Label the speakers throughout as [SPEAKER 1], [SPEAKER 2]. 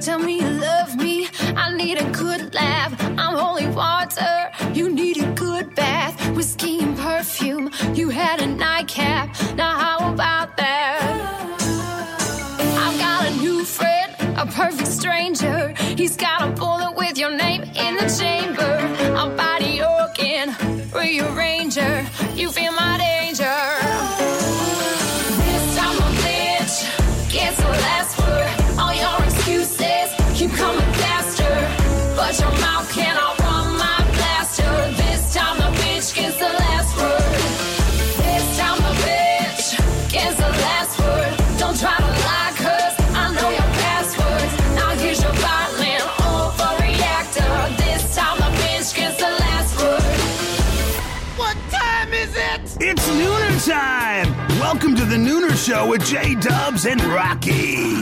[SPEAKER 1] Tell me you love me. I need a good laugh. I'm holy water. You need a good bath. Whiskey and perfume. You had a nightcap. Now, how about that? I've got a new friend, a perfect stranger. He's got a bullet with your name in the chamber. I'm body organ, rearranger. You feel my danger. This time I'm bitch. Gets the last word. All your excuses keep coming faster. But your mouth cannot run my blaster. This time the bitch gets the last word. This time the bitch gets the last word. Don't try to lie, cause I know your passwords. Now here's your violin overreactor. This time the bitch gets the last word.
[SPEAKER 2] What time is it?
[SPEAKER 3] It's Nooner time! Welcome to the Nooner Show with J Dubs and Rocky.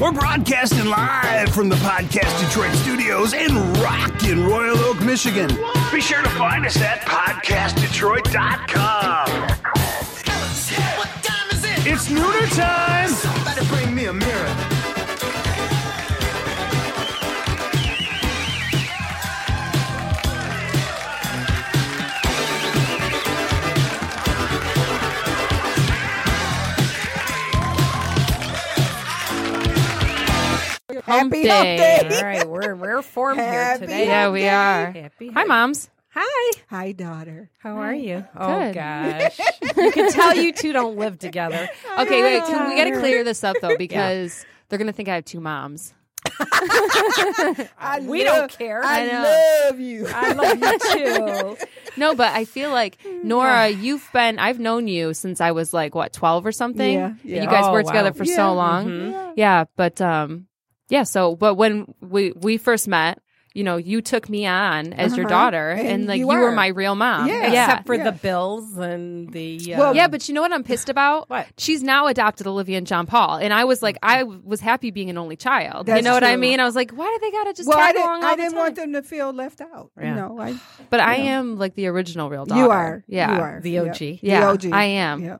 [SPEAKER 3] We're broadcasting live from the Podcast Detroit studios in Rockin' Royal Oak, Michigan. Be sure to find us at podcastdetroit.com.
[SPEAKER 2] What time is it?
[SPEAKER 3] It's Nooner time!
[SPEAKER 2] Somebody bring me a mirror.
[SPEAKER 4] Happy
[SPEAKER 5] Day.
[SPEAKER 4] hump day.
[SPEAKER 5] All right, we're we're form here
[SPEAKER 4] Happy
[SPEAKER 5] today.
[SPEAKER 4] hump
[SPEAKER 5] Yeah, we are.
[SPEAKER 4] Happy
[SPEAKER 5] Hi, moms.
[SPEAKER 4] Hi. Hi, daughter.
[SPEAKER 5] How are you? Oh
[SPEAKER 6] Good.
[SPEAKER 5] gosh, you can tell you two don't live together.
[SPEAKER 6] Okay, wait. Can, we got to clear this up though because they're gonna think I have two moms.
[SPEAKER 4] I
[SPEAKER 5] We
[SPEAKER 4] love-
[SPEAKER 5] don't care.
[SPEAKER 4] I,
[SPEAKER 6] I know.
[SPEAKER 4] love you.
[SPEAKER 5] I love you too.
[SPEAKER 6] No, but I feel like
[SPEAKER 4] Mm.
[SPEAKER 6] Nora, you've been. I've known you since I was like what twelve or something.
[SPEAKER 4] Yeah,
[SPEAKER 6] And
[SPEAKER 4] yeah.
[SPEAKER 6] You guys
[SPEAKER 5] Oh,
[SPEAKER 6] were together
[SPEAKER 5] wow.
[SPEAKER 6] for
[SPEAKER 4] Yeah. Mm-hmm.
[SPEAKER 6] so long. Yeah, but um, yeah. So, but when we we first met. You know, you took me on as your daughter, and,
[SPEAKER 4] Uh-huh. And
[SPEAKER 6] like
[SPEAKER 4] you
[SPEAKER 6] you, were
[SPEAKER 4] are.
[SPEAKER 6] my real mom.
[SPEAKER 4] Yeah.
[SPEAKER 5] Except for
[SPEAKER 4] Yeah.
[SPEAKER 5] the bills and the uh,
[SPEAKER 4] Well,
[SPEAKER 6] Yeah, but you know what I'm pissed about?
[SPEAKER 5] What?
[SPEAKER 6] She's now adopted Olivia and John Paul, and I was like, I was happy being an only child.
[SPEAKER 4] That's
[SPEAKER 6] you know what I
[SPEAKER 4] true.
[SPEAKER 6] mean? I was like, why do they gotta just
[SPEAKER 4] well, I
[SPEAKER 6] tag
[SPEAKER 4] didn't,
[SPEAKER 6] along all
[SPEAKER 4] I
[SPEAKER 6] the
[SPEAKER 4] didn't
[SPEAKER 6] time?
[SPEAKER 4] want them to feel left out.
[SPEAKER 5] Yeah.
[SPEAKER 4] You know, I,
[SPEAKER 6] But I am like the original real daughter.
[SPEAKER 4] you are.
[SPEAKER 6] Yeah.
[SPEAKER 4] You are.
[SPEAKER 5] the
[SPEAKER 4] Yeah.
[SPEAKER 5] OG.
[SPEAKER 6] Yeah.
[SPEAKER 4] The OG.
[SPEAKER 6] I am.
[SPEAKER 4] Yeah.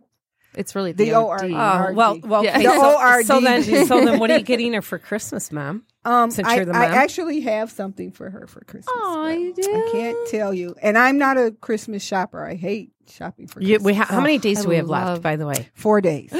[SPEAKER 6] It's really the,
[SPEAKER 4] The ORD.
[SPEAKER 6] OD.
[SPEAKER 5] Oh, well, well,
[SPEAKER 6] Yeah.
[SPEAKER 5] okay,
[SPEAKER 6] The
[SPEAKER 5] so,
[SPEAKER 4] ORD.
[SPEAKER 5] so then, so then, what are you getting her for Christmas, Mom?
[SPEAKER 4] Um,
[SPEAKER 5] Since
[SPEAKER 4] I,
[SPEAKER 5] you're the
[SPEAKER 4] I
[SPEAKER 5] mom.
[SPEAKER 4] actually have something for her for Christmas.
[SPEAKER 6] Aw,
[SPEAKER 4] but
[SPEAKER 6] you
[SPEAKER 4] I
[SPEAKER 6] do?
[SPEAKER 4] can't tell you. And I'm not a Christmas shopper. I hate shopping for
[SPEAKER 5] You,
[SPEAKER 4] Christmas.
[SPEAKER 5] we ha- how many
[SPEAKER 4] Oh,
[SPEAKER 5] days
[SPEAKER 6] I
[SPEAKER 5] do we have
[SPEAKER 6] would
[SPEAKER 5] left,
[SPEAKER 6] love-
[SPEAKER 5] by the way?
[SPEAKER 4] Four days.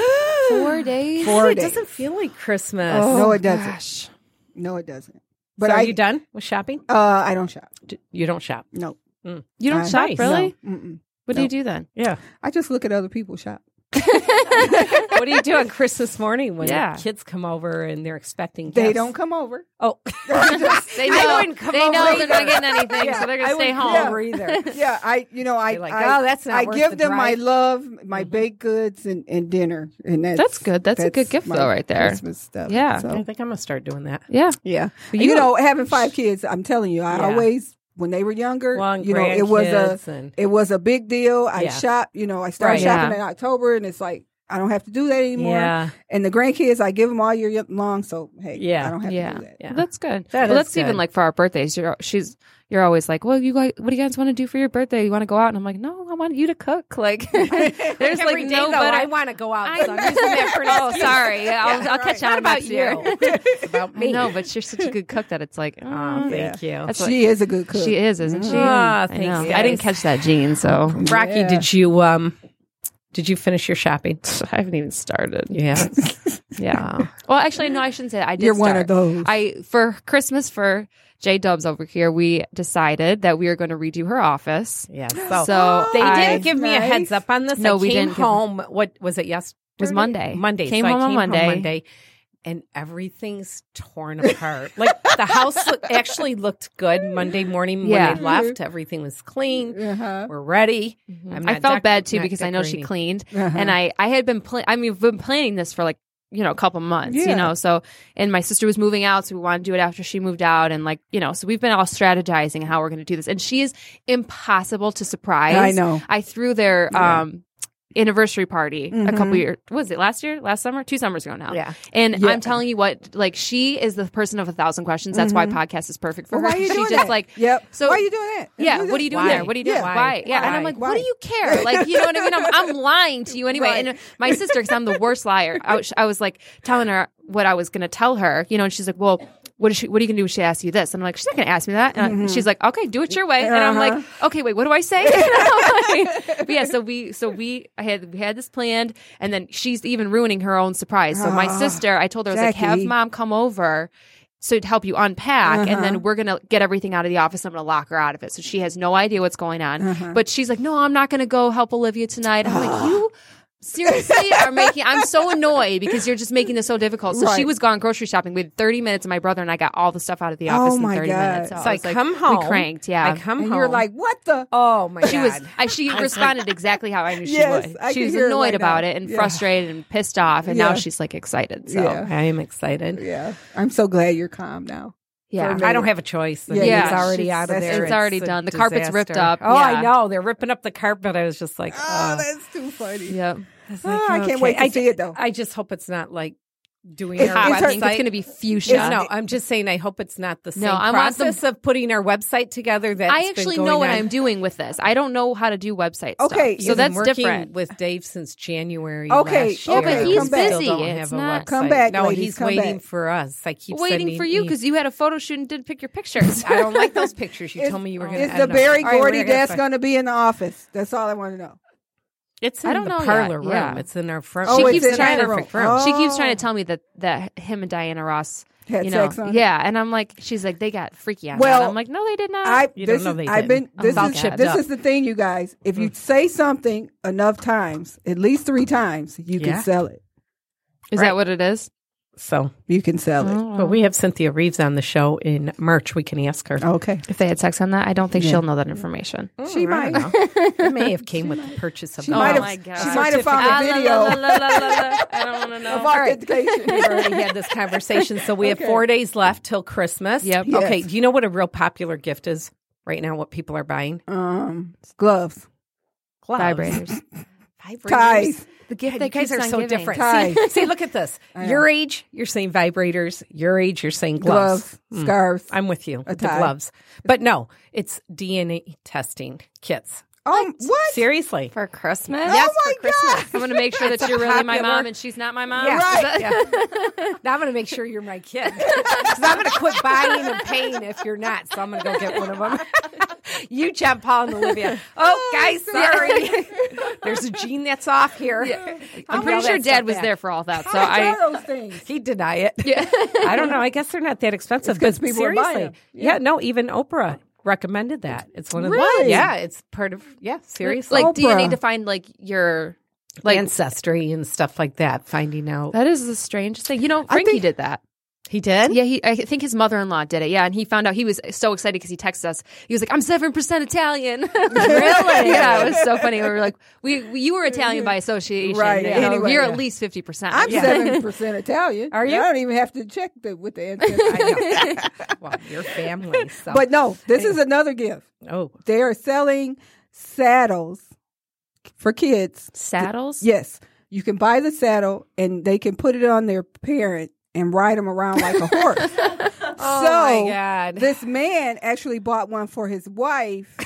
[SPEAKER 6] Four days.
[SPEAKER 4] Four
[SPEAKER 5] it
[SPEAKER 4] days. Oh,
[SPEAKER 5] doesn't feel like Christmas.
[SPEAKER 4] no, it doesn't.
[SPEAKER 6] Gosh.
[SPEAKER 4] No, it doesn't.
[SPEAKER 5] But
[SPEAKER 4] But
[SPEAKER 5] are
[SPEAKER 4] I,
[SPEAKER 5] you done with shopping?
[SPEAKER 4] uh, I don't shop.
[SPEAKER 5] D- You don't shop.
[SPEAKER 4] No.
[SPEAKER 6] You don't
[SPEAKER 4] I-
[SPEAKER 6] shop,
[SPEAKER 5] Nice.
[SPEAKER 6] really?
[SPEAKER 4] No. Mm-mm.
[SPEAKER 6] What do you do then?
[SPEAKER 5] Uh, Yeah.
[SPEAKER 4] I just look at other people shop.
[SPEAKER 5] what do you do on Christmas morning when
[SPEAKER 6] Yeah.
[SPEAKER 5] the kids come over and they're expecting
[SPEAKER 4] They
[SPEAKER 5] gifts?
[SPEAKER 4] don't come over.
[SPEAKER 5] Oh,
[SPEAKER 6] They
[SPEAKER 5] I
[SPEAKER 6] know,
[SPEAKER 5] wouldn't come
[SPEAKER 6] they
[SPEAKER 5] over
[SPEAKER 6] know they're
[SPEAKER 5] either.
[SPEAKER 6] not getting anything,
[SPEAKER 5] Yeah,
[SPEAKER 6] so they're going
[SPEAKER 5] I
[SPEAKER 6] to stay
[SPEAKER 5] wouldn't
[SPEAKER 6] home.
[SPEAKER 5] come over either.
[SPEAKER 4] yeah, I you know I
[SPEAKER 5] You're like,
[SPEAKER 4] I,
[SPEAKER 5] "Oh, that's not
[SPEAKER 4] I
[SPEAKER 5] worth
[SPEAKER 4] give
[SPEAKER 5] the
[SPEAKER 4] them my
[SPEAKER 5] drive." Mm-hmm.
[SPEAKER 4] love, my baked goods, and, and dinner, and that's
[SPEAKER 6] That's good. That's a good gift,
[SPEAKER 4] my
[SPEAKER 6] though, right there.
[SPEAKER 4] Christmas stuff.
[SPEAKER 6] Yeah.
[SPEAKER 5] I
[SPEAKER 4] so,
[SPEAKER 5] think I'm gonna start doing that.
[SPEAKER 6] Yeah.
[SPEAKER 4] yeah.
[SPEAKER 6] But
[SPEAKER 4] you
[SPEAKER 6] you-
[SPEAKER 4] know, having five kids, I'm telling you, I
[SPEAKER 5] Yeah.
[SPEAKER 4] always when they were younger,
[SPEAKER 5] Long
[SPEAKER 4] you know, it was a
[SPEAKER 5] grandkids and-
[SPEAKER 4] it was a big deal. I
[SPEAKER 5] Yeah.
[SPEAKER 4] shop, you know, I started
[SPEAKER 5] Right.
[SPEAKER 4] shopping
[SPEAKER 6] Yeah.
[SPEAKER 4] in October, and it's like. I don't have to do that anymore.
[SPEAKER 5] Yeah.
[SPEAKER 4] And the grandkids, I give them all year long. So hey,
[SPEAKER 5] Yeah.
[SPEAKER 4] I don't have to
[SPEAKER 6] Yeah.
[SPEAKER 4] do that.
[SPEAKER 5] Yeah.
[SPEAKER 6] That's good.
[SPEAKER 5] That
[SPEAKER 6] well,
[SPEAKER 5] is
[SPEAKER 6] that's even
[SPEAKER 5] good.
[SPEAKER 6] like for our birthdays. You're she's you're always like, "Well, you guys, what do you guys want to do for your birthday? You want to go out?" And I'm like, "No, I want you to cook." Like, there's
[SPEAKER 5] Every
[SPEAKER 6] like
[SPEAKER 5] day,
[SPEAKER 6] no
[SPEAKER 5] though,
[SPEAKER 6] better.
[SPEAKER 5] I want to go out.
[SPEAKER 6] I-
[SPEAKER 5] so I'm using that for an
[SPEAKER 6] oh,
[SPEAKER 5] excuse.
[SPEAKER 6] sorry. Yeah, I'll, I'll catch you on
[SPEAKER 5] about
[SPEAKER 6] next year.
[SPEAKER 5] you. It's about me.
[SPEAKER 6] I know, but you're such a good cook that it's like,
[SPEAKER 5] Aw,
[SPEAKER 6] mm,
[SPEAKER 5] thank you.
[SPEAKER 6] That's
[SPEAKER 4] She is a good cook.
[SPEAKER 6] She is, isn't she?
[SPEAKER 5] Ah,
[SPEAKER 6] I,
[SPEAKER 5] thanks,
[SPEAKER 6] know.
[SPEAKER 5] guys.
[SPEAKER 6] I didn't catch that gene, so
[SPEAKER 5] Rocky,
[SPEAKER 4] Yeah.
[SPEAKER 5] did you um, did you finish your shopping?
[SPEAKER 6] I haven't even started.
[SPEAKER 5] Yeah.
[SPEAKER 6] Yeah. well, actually, no, I shouldn't say that. I did.
[SPEAKER 4] You're one of
[SPEAKER 6] start.
[SPEAKER 4] those.
[SPEAKER 6] I for Christmas for J Dubs over here, we decided that we were going to redo her office.
[SPEAKER 5] Yeah. So,
[SPEAKER 6] So
[SPEAKER 5] they
[SPEAKER 6] I-
[SPEAKER 5] didn't give me a
[SPEAKER 4] Nice.
[SPEAKER 5] heads up on this.
[SPEAKER 6] No,
[SPEAKER 5] I
[SPEAKER 6] we
[SPEAKER 5] came
[SPEAKER 6] didn't give-
[SPEAKER 5] home. What was it? Yesterday
[SPEAKER 6] was Monday.
[SPEAKER 5] Monday.
[SPEAKER 6] Came
[SPEAKER 5] so
[SPEAKER 6] home
[SPEAKER 5] I
[SPEAKER 6] on
[SPEAKER 5] came
[SPEAKER 6] Monday.
[SPEAKER 5] Home Monday, and everything's torn apart. like the house look, actually looked good Monday morning
[SPEAKER 6] Yeah.
[SPEAKER 5] when I left. Everything was clean.
[SPEAKER 4] Uh-huh.
[SPEAKER 5] We're ready. I'm
[SPEAKER 6] I
[SPEAKER 5] not
[SPEAKER 6] felt
[SPEAKER 5] dec-
[SPEAKER 6] bad too
[SPEAKER 5] not
[SPEAKER 6] because I know she
[SPEAKER 5] decorating.
[SPEAKER 6] cleaned,
[SPEAKER 4] Uh-huh.
[SPEAKER 6] and I I had been pl- I mean we've been planning this for like you know a couple months,
[SPEAKER 4] Yeah.
[SPEAKER 6] you know. So and my sister was moving out, so we wanted to do it after she moved out, and like you know, so we've been all strategizing how we're going to do this, and she is impossible to surprise.
[SPEAKER 4] I know.
[SPEAKER 6] I threw their
[SPEAKER 4] Yeah.
[SPEAKER 6] um anniversary party a couple
[SPEAKER 4] Mhm.
[SPEAKER 6] years was it last year last summer two summers ago now
[SPEAKER 5] Yeah.
[SPEAKER 6] and
[SPEAKER 4] Yeah.
[SPEAKER 6] i'm telling you what like she is the person of a thousand questions that's why podcast is perfect for
[SPEAKER 4] Mm-hmm. Well, why
[SPEAKER 6] her
[SPEAKER 4] are you
[SPEAKER 6] she
[SPEAKER 4] doing
[SPEAKER 6] just
[SPEAKER 4] that?
[SPEAKER 6] like
[SPEAKER 4] Yep.
[SPEAKER 6] so
[SPEAKER 4] why are you doing that?
[SPEAKER 6] yeah, what are you doing
[SPEAKER 5] Why?
[SPEAKER 6] there? What are you doing?
[SPEAKER 4] Yeah.
[SPEAKER 6] Why?
[SPEAKER 5] Why?
[SPEAKER 6] Yeah, and I'm
[SPEAKER 5] Why?
[SPEAKER 6] like, what do
[SPEAKER 4] Why?
[SPEAKER 6] you care? Like, you know what I mean? I'm, I'm lying to you anyway.
[SPEAKER 4] Right.
[SPEAKER 6] And my sister, because I'm the worst liar, I was, I was like telling her what I was going to tell her, you know, and she's like, well, what is she? What are you gonna do when she asks you this? And I'm like, she's not gonna ask me that. And I- she's like, okay, do it your way. And I'm like, okay, wait, what do I say? And I'm like- but yeah, so we, so we I had we had this planned, and then she's even ruining her own surprise. So my sister, I told her, I was like, have
[SPEAKER 4] Jackie.
[SPEAKER 6] mom come over so to help you unpack and
[SPEAKER 4] Uh-huh.
[SPEAKER 6] then we're gonna get everything out of the office i'm gonna lock her out of it so she has no idea what's going on
[SPEAKER 4] Uh-huh.
[SPEAKER 6] but she's like no i'm not gonna go help olivia tonight i'm like you seriously are making i'm so annoyed because you're just making this so difficult so she
[SPEAKER 4] Right.
[SPEAKER 6] was gone grocery shopping with 30 minutes and my brother and i got all the stuff out of the office
[SPEAKER 4] Oh my
[SPEAKER 6] in 30
[SPEAKER 4] God.
[SPEAKER 6] minutes so,
[SPEAKER 5] So
[SPEAKER 6] I
[SPEAKER 5] I,
[SPEAKER 6] was like,
[SPEAKER 5] come home.
[SPEAKER 6] we cranked yeah
[SPEAKER 5] I come
[SPEAKER 4] And
[SPEAKER 5] home.
[SPEAKER 4] you're like, what the?
[SPEAKER 5] oh my
[SPEAKER 6] she
[SPEAKER 5] god.
[SPEAKER 6] was I, she responded exactly how i knew she
[SPEAKER 4] Yes,
[SPEAKER 6] would
[SPEAKER 4] I
[SPEAKER 6] she
[SPEAKER 4] can
[SPEAKER 6] was
[SPEAKER 4] hear it
[SPEAKER 6] annoyed
[SPEAKER 4] right
[SPEAKER 6] about
[SPEAKER 4] now.
[SPEAKER 6] it and
[SPEAKER 4] Yeah.
[SPEAKER 6] frustrated and pissed off and now
[SPEAKER 4] Yeah.
[SPEAKER 6] she's like excited so
[SPEAKER 4] Yeah.
[SPEAKER 5] I am excited.
[SPEAKER 4] Yeah. I'm so glad you're calm now.
[SPEAKER 6] yeah.
[SPEAKER 5] I don't have a choice. I
[SPEAKER 4] Yeah,
[SPEAKER 5] mean,
[SPEAKER 4] yeah.
[SPEAKER 5] it's already
[SPEAKER 4] She's-
[SPEAKER 5] out of
[SPEAKER 4] that's-
[SPEAKER 5] there.
[SPEAKER 4] it's
[SPEAKER 6] already
[SPEAKER 5] a
[SPEAKER 6] done. The carpet's ripped
[SPEAKER 5] disaster.
[SPEAKER 6] up.
[SPEAKER 5] Oh,
[SPEAKER 6] Yeah.
[SPEAKER 5] I know. They're ripping up the carpet. I was just like,
[SPEAKER 4] Oh,
[SPEAKER 5] oh,
[SPEAKER 4] that's too funny.
[SPEAKER 6] Yep.
[SPEAKER 5] It's like,
[SPEAKER 4] Ah, I can't
[SPEAKER 5] okay.
[SPEAKER 4] wait to
[SPEAKER 5] I
[SPEAKER 4] see it, though.
[SPEAKER 5] I just hope it's not like doing
[SPEAKER 4] It's-
[SPEAKER 5] our
[SPEAKER 6] I
[SPEAKER 4] it's her-
[SPEAKER 5] website.
[SPEAKER 6] think it's going to be fuchsia.
[SPEAKER 5] no, I'm just saying. I hope it's not the same
[SPEAKER 6] I'm on the-
[SPEAKER 5] process of putting our website together. That
[SPEAKER 6] I actually know what I'm doing with this. I don't know how to do website
[SPEAKER 4] Okay,
[SPEAKER 6] stuff. So that's
[SPEAKER 5] working
[SPEAKER 6] different.
[SPEAKER 5] with Dave since January.
[SPEAKER 4] Okay,
[SPEAKER 5] last
[SPEAKER 4] yeah,
[SPEAKER 5] year.
[SPEAKER 4] but he's
[SPEAKER 5] We still
[SPEAKER 6] busy.
[SPEAKER 5] don't
[SPEAKER 6] It's
[SPEAKER 5] have a
[SPEAKER 6] not-
[SPEAKER 4] Come
[SPEAKER 5] website.
[SPEAKER 4] back,
[SPEAKER 5] No,
[SPEAKER 4] ladies,
[SPEAKER 5] he's
[SPEAKER 4] come
[SPEAKER 5] waiting
[SPEAKER 4] back.
[SPEAKER 5] for us. I keep
[SPEAKER 6] Waiting
[SPEAKER 5] sending
[SPEAKER 6] for you
[SPEAKER 5] e-
[SPEAKER 6] because you had a photo shoot and didn't pick your pictures.
[SPEAKER 5] I don't like those pictures. You
[SPEAKER 4] It's-
[SPEAKER 5] told me you were going to.
[SPEAKER 4] It's the Barry
[SPEAKER 5] Barry
[SPEAKER 4] Gordy that's going to be in the office. That's all I want to know.
[SPEAKER 5] It's in
[SPEAKER 6] I don't
[SPEAKER 5] the
[SPEAKER 6] know yet.
[SPEAKER 5] parlor room.
[SPEAKER 6] Yeah.
[SPEAKER 5] It's in our front.
[SPEAKER 4] Oh,
[SPEAKER 5] room.
[SPEAKER 4] it's
[SPEAKER 5] She keeps
[SPEAKER 4] in our
[SPEAKER 5] trying to
[SPEAKER 4] room.
[SPEAKER 5] perfect room.
[SPEAKER 6] She keeps trying to tell me that that him and Diana Ross
[SPEAKER 4] Had
[SPEAKER 6] you know,
[SPEAKER 4] sex on it?
[SPEAKER 6] yeah, and I'm like, she's like, they got freaky on
[SPEAKER 4] Well,
[SPEAKER 6] that. I'm like, no, they did not.
[SPEAKER 4] I
[SPEAKER 5] Ah, You
[SPEAKER 4] this
[SPEAKER 5] don't know
[SPEAKER 4] is,
[SPEAKER 5] they
[SPEAKER 4] I've been
[SPEAKER 5] didn't. I'm
[SPEAKER 4] this
[SPEAKER 6] all
[SPEAKER 4] is
[SPEAKER 6] chipped
[SPEAKER 4] this
[SPEAKER 5] up. Mm-hmm.
[SPEAKER 4] is the thing, you guys. If you say something enough times, at least three times, you
[SPEAKER 5] Yeah.
[SPEAKER 4] can sell it.
[SPEAKER 6] is that what it is?
[SPEAKER 5] So,
[SPEAKER 4] You can sell it.
[SPEAKER 5] but we have Cynthia Reeves on the show in March. We can ask her.
[SPEAKER 4] Okay,
[SPEAKER 6] If they had sex on that, I don't think she'll know that information.
[SPEAKER 4] she might.
[SPEAKER 5] It may Oh have came with the purchase of.
[SPEAKER 4] She
[SPEAKER 5] the
[SPEAKER 4] might have.
[SPEAKER 5] house.
[SPEAKER 6] my God.
[SPEAKER 4] She might have
[SPEAKER 6] Ah,
[SPEAKER 4] found a
[SPEAKER 6] la, la,
[SPEAKER 4] video
[SPEAKER 6] la, la, la, la, la. I don't want to know.
[SPEAKER 4] of authentication.
[SPEAKER 5] We've already had this conversation, so we have four days left till Christmas.
[SPEAKER 6] Yep.
[SPEAKER 4] Yes.
[SPEAKER 5] Okay. Do you know what a real popular gift is right now? What people are buying?
[SPEAKER 4] um, gloves,
[SPEAKER 5] Gloves.
[SPEAKER 6] Vibrators.
[SPEAKER 5] Vibrators.
[SPEAKER 4] ties.
[SPEAKER 6] The gift
[SPEAKER 5] you guys are so different.
[SPEAKER 4] Ties.
[SPEAKER 5] See, see, look at this.
[SPEAKER 4] I know.
[SPEAKER 5] Your age, you're saying vibrators. Your age, you're saying gloves.
[SPEAKER 4] gloves, Hmm. scarves. Um,
[SPEAKER 5] I'm with you. with The
[SPEAKER 4] tie.
[SPEAKER 5] gloves. But no, it's DNA testing kits.
[SPEAKER 4] um, what?
[SPEAKER 5] Seriously.
[SPEAKER 6] For Christmas?
[SPEAKER 4] Yes, Oh for my Christmas.
[SPEAKER 6] I'm going to make sure that you're really my mom and she's not my mom.
[SPEAKER 5] Yeah.
[SPEAKER 6] Is that-
[SPEAKER 5] Yeah. now I'm going to make sure you're my kid. 'Cause I'm going to quit buying and paying if you're not. So I'm going to go get one of them. you, John Paul, and Olivia. Oh, guys, sorry. There's a gene that's off here.
[SPEAKER 4] Oh,
[SPEAKER 6] I'm pretty sure dad was there for all that. So I.
[SPEAKER 4] How are those things.
[SPEAKER 5] He deny it. I don't know. I guess they're not that expensive. But
[SPEAKER 4] people are buying
[SPEAKER 5] seriously,
[SPEAKER 4] them.
[SPEAKER 5] yeah. no, even Oprah recommended that. It's one of the
[SPEAKER 4] Really?
[SPEAKER 5] yeah. It's part of yeah. Seriously,
[SPEAKER 6] Like, do you
[SPEAKER 4] Oprah.
[SPEAKER 6] need to find, like, your.
[SPEAKER 5] like
[SPEAKER 6] Like,
[SPEAKER 5] ancestry and stuff like that. Finding out
[SPEAKER 6] that is the strangest thing. You know, Frankie
[SPEAKER 4] think-
[SPEAKER 6] did that.
[SPEAKER 5] he did.
[SPEAKER 6] Yeah, he, I think his mother in law did it. Yeah, and he found out he was so excited because he texted us. He was like, "I'm seven percent Italian." really? yeah, it was so funny. We were like, "We, we- you were Italian by association,
[SPEAKER 4] Right,
[SPEAKER 6] You
[SPEAKER 4] anyway,
[SPEAKER 6] are
[SPEAKER 4] yeah.
[SPEAKER 6] at least fifty percent."
[SPEAKER 4] I'm seven percent Italian. Are
[SPEAKER 5] you?
[SPEAKER 4] I don't even have to check the, with the ancestry.
[SPEAKER 5] well, your family. So.
[SPEAKER 4] but no, this is another gift.
[SPEAKER 5] oh,
[SPEAKER 4] They are selling saddles for kids.
[SPEAKER 6] saddles.
[SPEAKER 4] Yes, you can buy the saddle, and they can put it on their parent and ride them around like a horse.
[SPEAKER 6] Oh
[SPEAKER 4] so
[SPEAKER 5] my God.
[SPEAKER 4] this man actually bought one for his wife,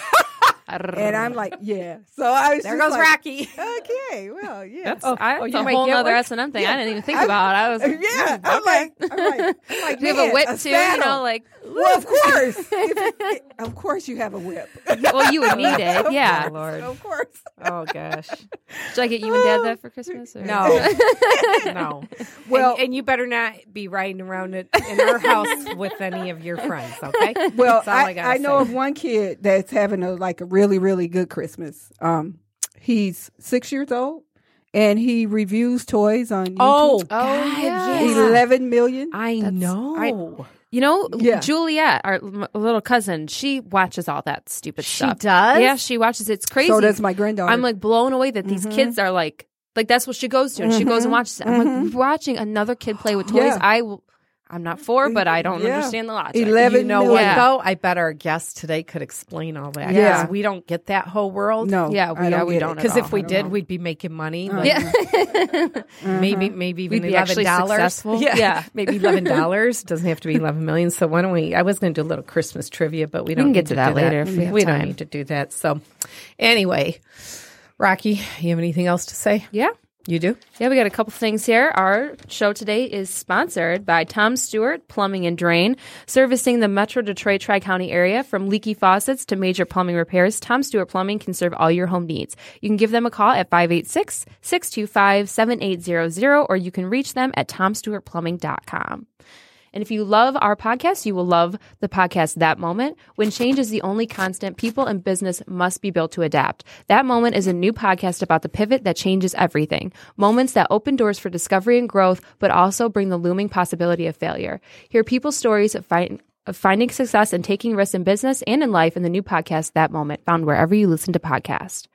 [SPEAKER 4] and I'm like, yeah. So I was
[SPEAKER 5] there
[SPEAKER 4] just
[SPEAKER 5] goes
[SPEAKER 4] like,
[SPEAKER 5] Rocky.
[SPEAKER 4] Okay, well, yeah.
[SPEAKER 5] oh,
[SPEAKER 6] I,
[SPEAKER 5] oh,
[SPEAKER 6] that's
[SPEAKER 5] you
[SPEAKER 6] a
[SPEAKER 5] might
[SPEAKER 6] whole
[SPEAKER 5] get
[SPEAKER 6] nother
[SPEAKER 5] one.
[SPEAKER 6] S and M thing. I didn't even think about. I was. Like,
[SPEAKER 4] yeah, I'm like, I'm like, I'm like
[SPEAKER 6] do you have
[SPEAKER 4] man,
[SPEAKER 6] a whip
[SPEAKER 4] a
[SPEAKER 6] too? You know,
[SPEAKER 4] saddle.
[SPEAKER 6] like.
[SPEAKER 4] Well, of course. If- of course, you have a whip.
[SPEAKER 6] Well, you would need it. Yeah.
[SPEAKER 5] Lord.
[SPEAKER 4] of course.
[SPEAKER 5] Oh gosh.
[SPEAKER 6] Should I get you and Dad that for Christmas? Or?
[SPEAKER 5] No, no. Well,
[SPEAKER 4] Well-
[SPEAKER 5] and, and you better not be riding around it in our house with any of your friends. Okay.
[SPEAKER 4] Well,
[SPEAKER 5] That's all
[SPEAKER 4] I,
[SPEAKER 5] gotta
[SPEAKER 4] I, know
[SPEAKER 5] say.
[SPEAKER 4] of one kid that's having a like a really really good Christmas. Um, he's six years old, and he reviews toys on YouTube.
[SPEAKER 5] Oh,
[SPEAKER 6] God, yeah.
[SPEAKER 4] eleven million.
[SPEAKER 5] I know.
[SPEAKER 6] You know,
[SPEAKER 4] Yeah.
[SPEAKER 6] Juliet, our m- little cousin, she watches all that stupid
[SPEAKER 5] She
[SPEAKER 6] stuff.
[SPEAKER 5] does?
[SPEAKER 6] Yeah, she watches. It's crazy.
[SPEAKER 4] So does my Mm-hmm. granddaughter.
[SPEAKER 6] I'm like blown away that these kids are like, like that's what she goes to and she goes and watches. It. I'm like watching another kid play with toys.
[SPEAKER 4] Mm-hmm. Yeah. Mm-hmm.
[SPEAKER 6] I will. I'm not for, but I don't
[SPEAKER 4] Yeah.
[SPEAKER 6] understand the logic.
[SPEAKER 4] 11
[SPEAKER 5] You know
[SPEAKER 4] million.
[SPEAKER 5] what
[SPEAKER 6] Yeah.
[SPEAKER 5] though? I bet our guests today could explain all that. 'cause
[SPEAKER 4] Yeah.
[SPEAKER 5] we don't get that whole world.
[SPEAKER 4] No,
[SPEAKER 6] Yeah, we-
[SPEAKER 4] I
[SPEAKER 6] yeah, we
[SPEAKER 4] get it.
[SPEAKER 6] don't at
[SPEAKER 5] Because if
[SPEAKER 6] all.
[SPEAKER 5] we did, we'd be making money. like,
[SPEAKER 6] yeah.
[SPEAKER 5] Maybe maybe even
[SPEAKER 6] We'd be
[SPEAKER 5] eleven
[SPEAKER 6] actually
[SPEAKER 5] dollars.
[SPEAKER 6] successful. Yeah.
[SPEAKER 5] maybe eleven dollars doesn't have to be eleven million. So why don't we? I was going to do a little Christmas trivia, but we don't
[SPEAKER 6] can get
[SPEAKER 5] need
[SPEAKER 6] to that
[SPEAKER 5] do
[SPEAKER 6] later if we have
[SPEAKER 5] don't
[SPEAKER 6] time.
[SPEAKER 5] need to do that. So anyway, Rocky, you have anything else to say?
[SPEAKER 6] yeah.
[SPEAKER 4] mm-hmm.
[SPEAKER 5] You do.
[SPEAKER 6] Yeah, we got a couple things here. Our show today is sponsored by Tom Stewart Plumbing and Drain, servicing the Metro Detroit Tri County area from leaky faucets to major plumbing repairs. Tom Stewart Plumbing can serve all your home needs. You can give them a call at 586 625 7800 or you can reach them at tomstewartplumbing.com. And if you love our podcast, you will love the podcast That Moment. When change is the only constant, people and business must be built to adapt. That Moment is a new podcast about the pivot that changes everything. Moments that open doors for discovery and growth, but also bring the looming possibility of failure. Hear people's stories of, find, of finding success and taking risks in business and in life in the new podcast That Moment, found wherever you listen to podcasts.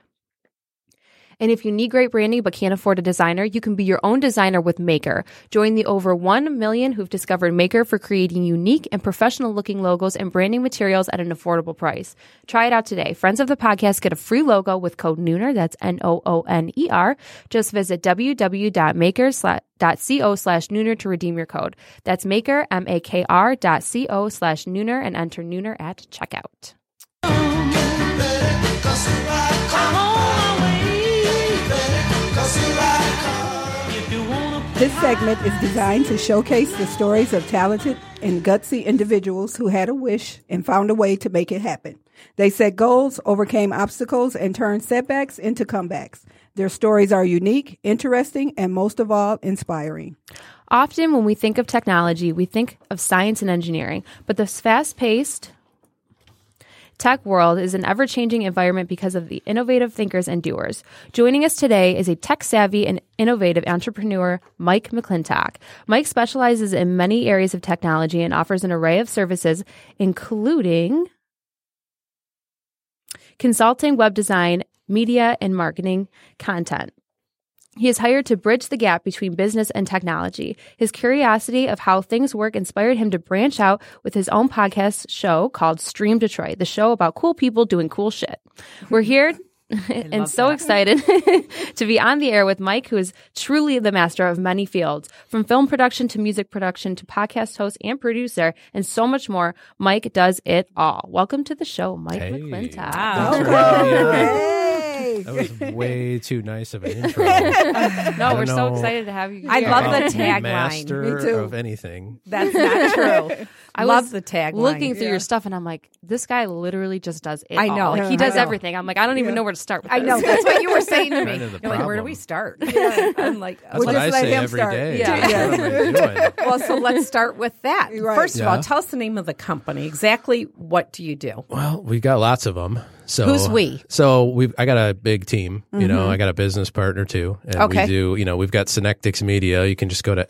[SPEAKER 6] And if you need great branding but can't afford a designer, you can be your own designer with Maker. Join the over 1 million who've discovered Maker for creating unique and professional looking logos and branding materials at an affordable price. Try it out today. Friends of the podcast get a free logo with code Nooner, that's N O O N E R. Just visit www.maker.co slash Nooner to redeem your code. That's Maker, M A K R dot co slash Nooner and enter Nooner at checkout.
[SPEAKER 4] This segment is designed to showcase the stories of talented and gutsy individuals who had a wish and found a way to make it happen. They set goals, overcame obstacles, and turned setbacks into comebacks. Their stories are unique, interesting, and most of all, inspiring.
[SPEAKER 6] Often, when we think of technology, we think of science and engineering, but this fast paced tech world is an ever changing environment because of the innovative thinkers and doers. Joining us today is a tech savvy and innovative entrepreneur, Mike McClintock. Mike specializes in many areas of technology and offers an array of services, including consulting, web design, media, and marketing content. He is hired to bridge the gap between business and technology. His curiosity of how things work inspired him to branch out with his own podcast show called Stream Detroit, the show about cool people doing cool shit. We're here and so excited to be on the air with Mike, who is truly the master of many fields from film production to music production to podcast host and producer and so much more. Mike does it all. Welcome to the show, Mike
[SPEAKER 7] Hey.
[SPEAKER 6] McClintock.
[SPEAKER 7] Thanks for having me on.
[SPEAKER 4] Hey!
[SPEAKER 7] That was way too nice of an intro.
[SPEAKER 6] No, we're
[SPEAKER 7] don't
[SPEAKER 6] so
[SPEAKER 7] know.
[SPEAKER 6] excited to have you.
[SPEAKER 5] I
[SPEAKER 6] here.
[SPEAKER 5] love the
[SPEAKER 7] About
[SPEAKER 5] tagline.
[SPEAKER 7] Master
[SPEAKER 4] Me too.
[SPEAKER 7] of anything.
[SPEAKER 5] That's not true. I
[SPEAKER 6] was
[SPEAKER 5] love the tagline.
[SPEAKER 6] looking through your stuff and I'm like, this guy literally just does it.
[SPEAKER 5] I
[SPEAKER 6] all.
[SPEAKER 5] know.
[SPEAKER 6] Like, he
[SPEAKER 5] Yeah.
[SPEAKER 6] does
[SPEAKER 5] I know.
[SPEAKER 6] everything. I'm like, I don't even know where to start. With
[SPEAKER 5] I
[SPEAKER 6] this.
[SPEAKER 5] know that's what you were saying to me.
[SPEAKER 7] Kind of the
[SPEAKER 5] You're like, where do
[SPEAKER 7] problem.
[SPEAKER 5] we start? I'm like,
[SPEAKER 7] That's
[SPEAKER 4] We'll
[SPEAKER 7] what
[SPEAKER 4] just
[SPEAKER 7] I
[SPEAKER 4] let
[SPEAKER 7] say
[SPEAKER 4] him
[SPEAKER 7] every
[SPEAKER 4] start.
[SPEAKER 7] day.
[SPEAKER 6] Yeah.
[SPEAKER 4] Yeah.
[SPEAKER 7] What am I doing?
[SPEAKER 5] well, so let's start with that.
[SPEAKER 4] Right.
[SPEAKER 5] First of
[SPEAKER 7] Yeah.
[SPEAKER 5] all, tell us the name of the company. Exactly what do you do?
[SPEAKER 7] Well, we've got lots of them. So
[SPEAKER 5] Who's we?
[SPEAKER 7] So we've I got a big team. You
[SPEAKER 4] Mm-hmm.
[SPEAKER 7] know, I got a business partner too, and
[SPEAKER 5] Okay.
[SPEAKER 7] we do. You know, we've got Synectics Media. You can just go to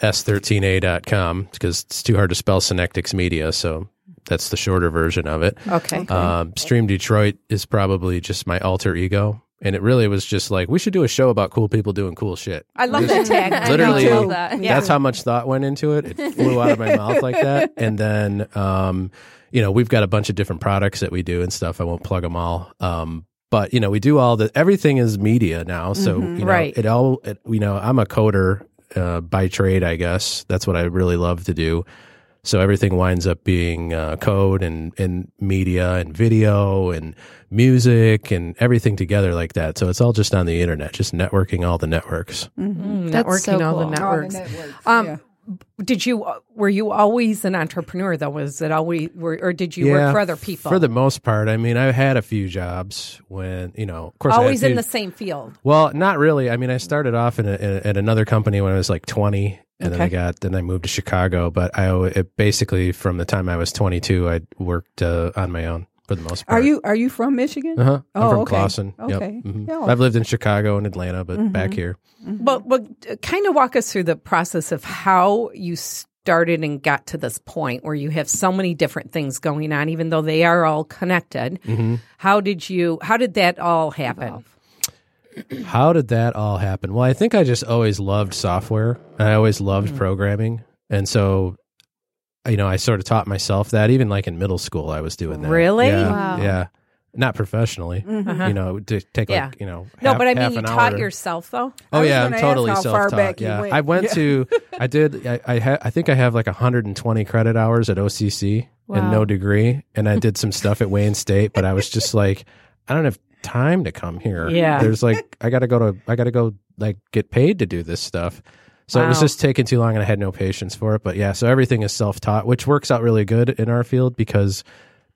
[SPEAKER 7] s13a.com because it's too hard to spell Synectics Media. So that's the shorter version of it.
[SPEAKER 5] Okay.
[SPEAKER 7] Um, Stream Detroit is probably just my alter ego, and it really was just like we should do a show about cool people doing cool shit.
[SPEAKER 5] I love that tag.
[SPEAKER 7] literally
[SPEAKER 6] I love that.
[SPEAKER 5] Yeah.
[SPEAKER 7] that's how much thought went into it it flew out of my mouth like that and then um you know we've got a bunch of different products that we do and stuff i won't plug them all um but you know we do all the everything is media now so you know,
[SPEAKER 5] Mm-hmm. Right.
[SPEAKER 7] it all it, you know i'm a coder uh, by trade i guess that's what i really love to do so everything winds up being uh, code and, and media and video and music and everything together like that. So it's all just on the internet, just networking all the networks.
[SPEAKER 6] That's
[SPEAKER 5] networking
[SPEAKER 6] so
[SPEAKER 5] all the
[SPEAKER 6] cool.
[SPEAKER 5] networks.
[SPEAKER 4] networks,
[SPEAKER 5] Um,
[SPEAKER 4] yeah.
[SPEAKER 5] Did you uh, were you always an entrepreneur though? Was it always were, or did you work for other people?
[SPEAKER 7] For the most part, I mean, I had a few jobs when you know, of course, I had
[SPEAKER 5] always in
[SPEAKER 7] few-
[SPEAKER 5] the same field.
[SPEAKER 7] Well, not really. I mean, I started off in, a, in at another company when I was like twenty, and then I got then I moved to Chicago. But I al- it basically from the time I was twenty two, I worked uh, on my own for the most part.
[SPEAKER 4] Are you are you from Michigan?
[SPEAKER 7] Uh huh.
[SPEAKER 4] Oh,
[SPEAKER 7] I'm from
[SPEAKER 4] okay.
[SPEAKER 7] Clawson. Yep.
[SPEAKER 4] Okay.
[SPEAKER 7] Mhm.
[SPEAKER 4] Yeah.
[SPEAKER 7] I've lived in Chicago and Atlanta, but
[SPEAKER 5] Mm-hmm.
[SPEAKER 7] back here.
[SPEAKER 5] But but kind of walk us through the process of how you started and got to this point where you have so many different things going on, even though they are all connected.
[SPEAKER 7] Mm-hmm.
[SPEAKER 5] How did you? How did that all happen?
[SPEAKER 7] How did that all happen? Well, I
[SPEAKER 5] Mm.
[SPEAKER 7] think I just always loved software. and I always loved programming. And so you know, I sort of taught myself that even like in middle school, I was doing that.
[SPEAKER 5] Really? Mm-hmm.
[SPEAKER 7] Yeah.
[SPEAKER 6] Wow.
[SPEAKER 7] yeah. Not professionally,
[SPEAKER 5] Uh-huh.
[SPEAKER 7] you know, to take
[SPEAKER 5] Yeah.
[SPEAKER 7] like, you know,
[SPEAKER 5] No,
[SPEAKER 7] half-
[SPEAKER 5] but I mean,
[SPEAKER 7] half
[SPEAKER 5] you
[SPEAKER 7] an
[SPEAKER 5] taught
[SPEAKER 7] hour.
[SPEAKER 5] yourself though.
[SPEAKER 7] Oh
[SPEAKER 4] was
[SPEAKER 7] yeah, I'm
[SPEAKER 4] gonna ask
[SPEAKER 7] totally
[SPEAKER 4] how far
[SPEAKER 7] self-taught.
[SPEAKER 4] back you
[SPEAKER 7] yeah,
[SPEAKER 4] went.
[SPEAKER 7] I went to. I did. I I, ha- I think I have like 120 credit hours at OCC and no
[SPEAKER 6] Wow.
[SPEAKER 7] degree, and I did some stuff at Wayne State, but I was just like, I don't have time to come here.
[SPEAKER 5] Yeah.
[SPEAKER 7] there's like I gotta go to I gotta go like get paid to do this stuff. So it was
[SPEAKER 5] Wow.
[SPEAKER 7] just taking too long, and I had no patience for it. But yeah, so everything is self-taught, which works out really good in our field because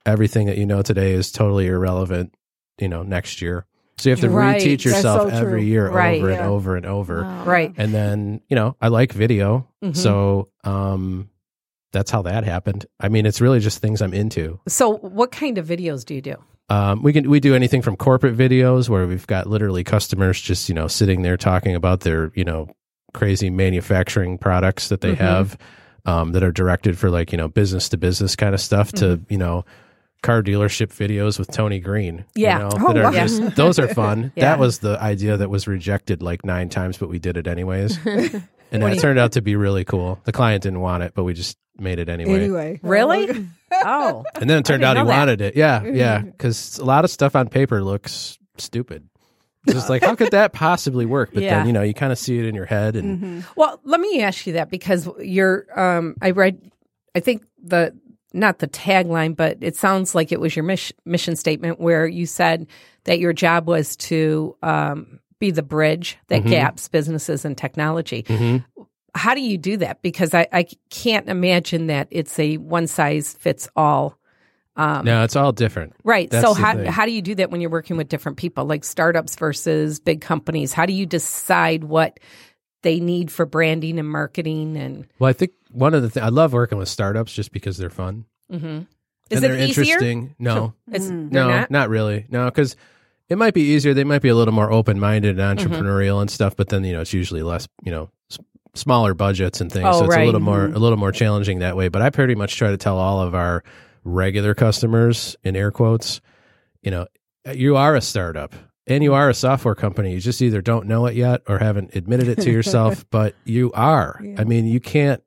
[SPEAKER 7] everything that you know today is totally irrelevant. You know, next year. So you have to
[SPEAKER 5] Right. That's
[SPEAKER 7] reteach yourself
[SPEAKER 4] so
[SPEAKER 7] every
[SPEAKER 4] true.
[SPEAKER 7] year
[SPEAKER 5] Right.
[SPEAKER 7] over
[SPEAKER 4] Yeah.
[SPEAKER 7] and over and over.
[SPEAKER 5] Right.
[SPEAKER 7] And then, you know, I like video.
[SPEAKER 5] Mhm.
[SPEAKER 7] So um that's how that happened. I mean, it's really just things I'm into.
[SPEAKER 5] So, what kind of videos do you do?
[SPEAKER 7] Um, we can we do anything from corporate videos where we've got literally customers just you know sitting there talking about their you know crazy manufacturing products that they
[SPEAKER 5] Mm-hmm.
[SPEAKER 7] have um, that are directed for like you know business to business kind of stuff to
[SPEAKER 5] Mm-hmm.
[SPEAKER 7] you know car dealership videos with Tony Green. you
[SPEAKER 5] Yeah.
[SPEAKER 7] know,
[SPEAKER 4] Oh,
[SPEAKER 7] that are
[SPEAKER 4] wow.
[SPEAKER 7] just- those are fun.
[SPEAKER 5] Yeah.
[SPEAKER 7] That was the idea that was rejected like nine times, but we did it anyways, and that turned out to be really cool. The client didn't want it, but we just made it
[SPEAKER 4] Anyway,
[SPEAKER 5] Really? oh,
[SPEAKER 7] and then it turned
[SPEAKER 5] I
[SPEAKER 7] out he
[SPEAKER 5] didn't know that. Mm-hmm.
[SPEAKER 7] wanted it. Yeah, yeah. Because a lot of stuff on paper looks stupid. It's just like, how could that possibly work? But
[SPEAKER 5] Yeah. Mm-hmm.
[SPEAKER 7] then, you know, you kind of see it in your head. And
[SPEAKER 5] well, let me ask you that because you're. Um, I read. I think the not the tagline, but it sounds like it was your mis- mission statement where you said that your job was to um, be the bridge that
[SPEAKER 7] Mm-hmm.
[SPEAKER 5] gaps businesses and technology. How do you do that? Because I, I can't imagine that it's a one size fits all.
[SPEAKER 7] no, it's all different.
[SPEAKER 5] Um, Right.
[SPEAKER 7] That's
[SPEAKER 5] so
[SPEAKER 7] the
[SPEAKER 5] how
[SPEAKER 7] thing.
[SPEAKER 5] how do you do that when you're working with different people, like startups versus big companies? How do you decide what they need for branding and marketing? And
[SPEAKER 7] Well, I think one of the things I love working with startups just because they're fun
[SPEAKER 5] Mm-hmm. is
[SPEAKER 7] and they're
[SPEAKER 5] it easier?
[SPEAKER 7] interesting. No,
[SPEAKER 5] It's, they're
[SPEAKER 7] no,
[SPEAKER 5] not?
[SPEAKER 7] not? really. No, because it might be easier. They might be a little more open minded and
[SPEAKER 5] Mm-hmm.
[SPEAKER 7] entrepreneurial and stuff. But then you know, it's usually less. You know, s- smaller budgets and things.
[SPEAKER 5] Oh,
[SPEAKER 7] so it's
[SPEAKER 5] right.
[SPEAKER 7] a little more a little more challenging that way. But I pretty much try to tell all of our regular customers in air quotes, you know, you are a startup. And you are a software company. You just either don't know it yet or haven't admitted it to yourself, but you are. I mean, you can't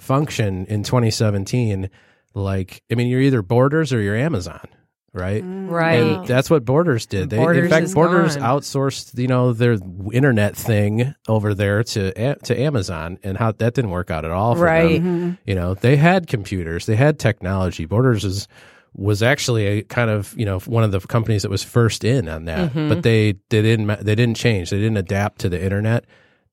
[SPEAKER 7] function in 2017 like, I mean, you're either Borders or you're Amazon, right?
[SPEAKER 5] right.
[SPEAKER 7] And that's what Borders did. They,
[SPEAKER 5] Borders
[SPEAKER 7] in fact,
[SPEAKER 5] is
[SPEAKER 7] Borders
[SPEAKER 5] gone.
[SPEAKER 7] outsourced, you know, their internet thing over there to A- to Amazon, and how that didn't work out at all. For
[SPEAKER 5] Right.
[SPEAKER 7] Them. You know, they had computers, they had technology. Borders is was actually a kind of you know one of the companies that was first in on that,
[SPEAKER 5] Mm-hmm.
[SPEAKER 7] but they they didn't ma- they didn't change, they didn't adapt to the internet.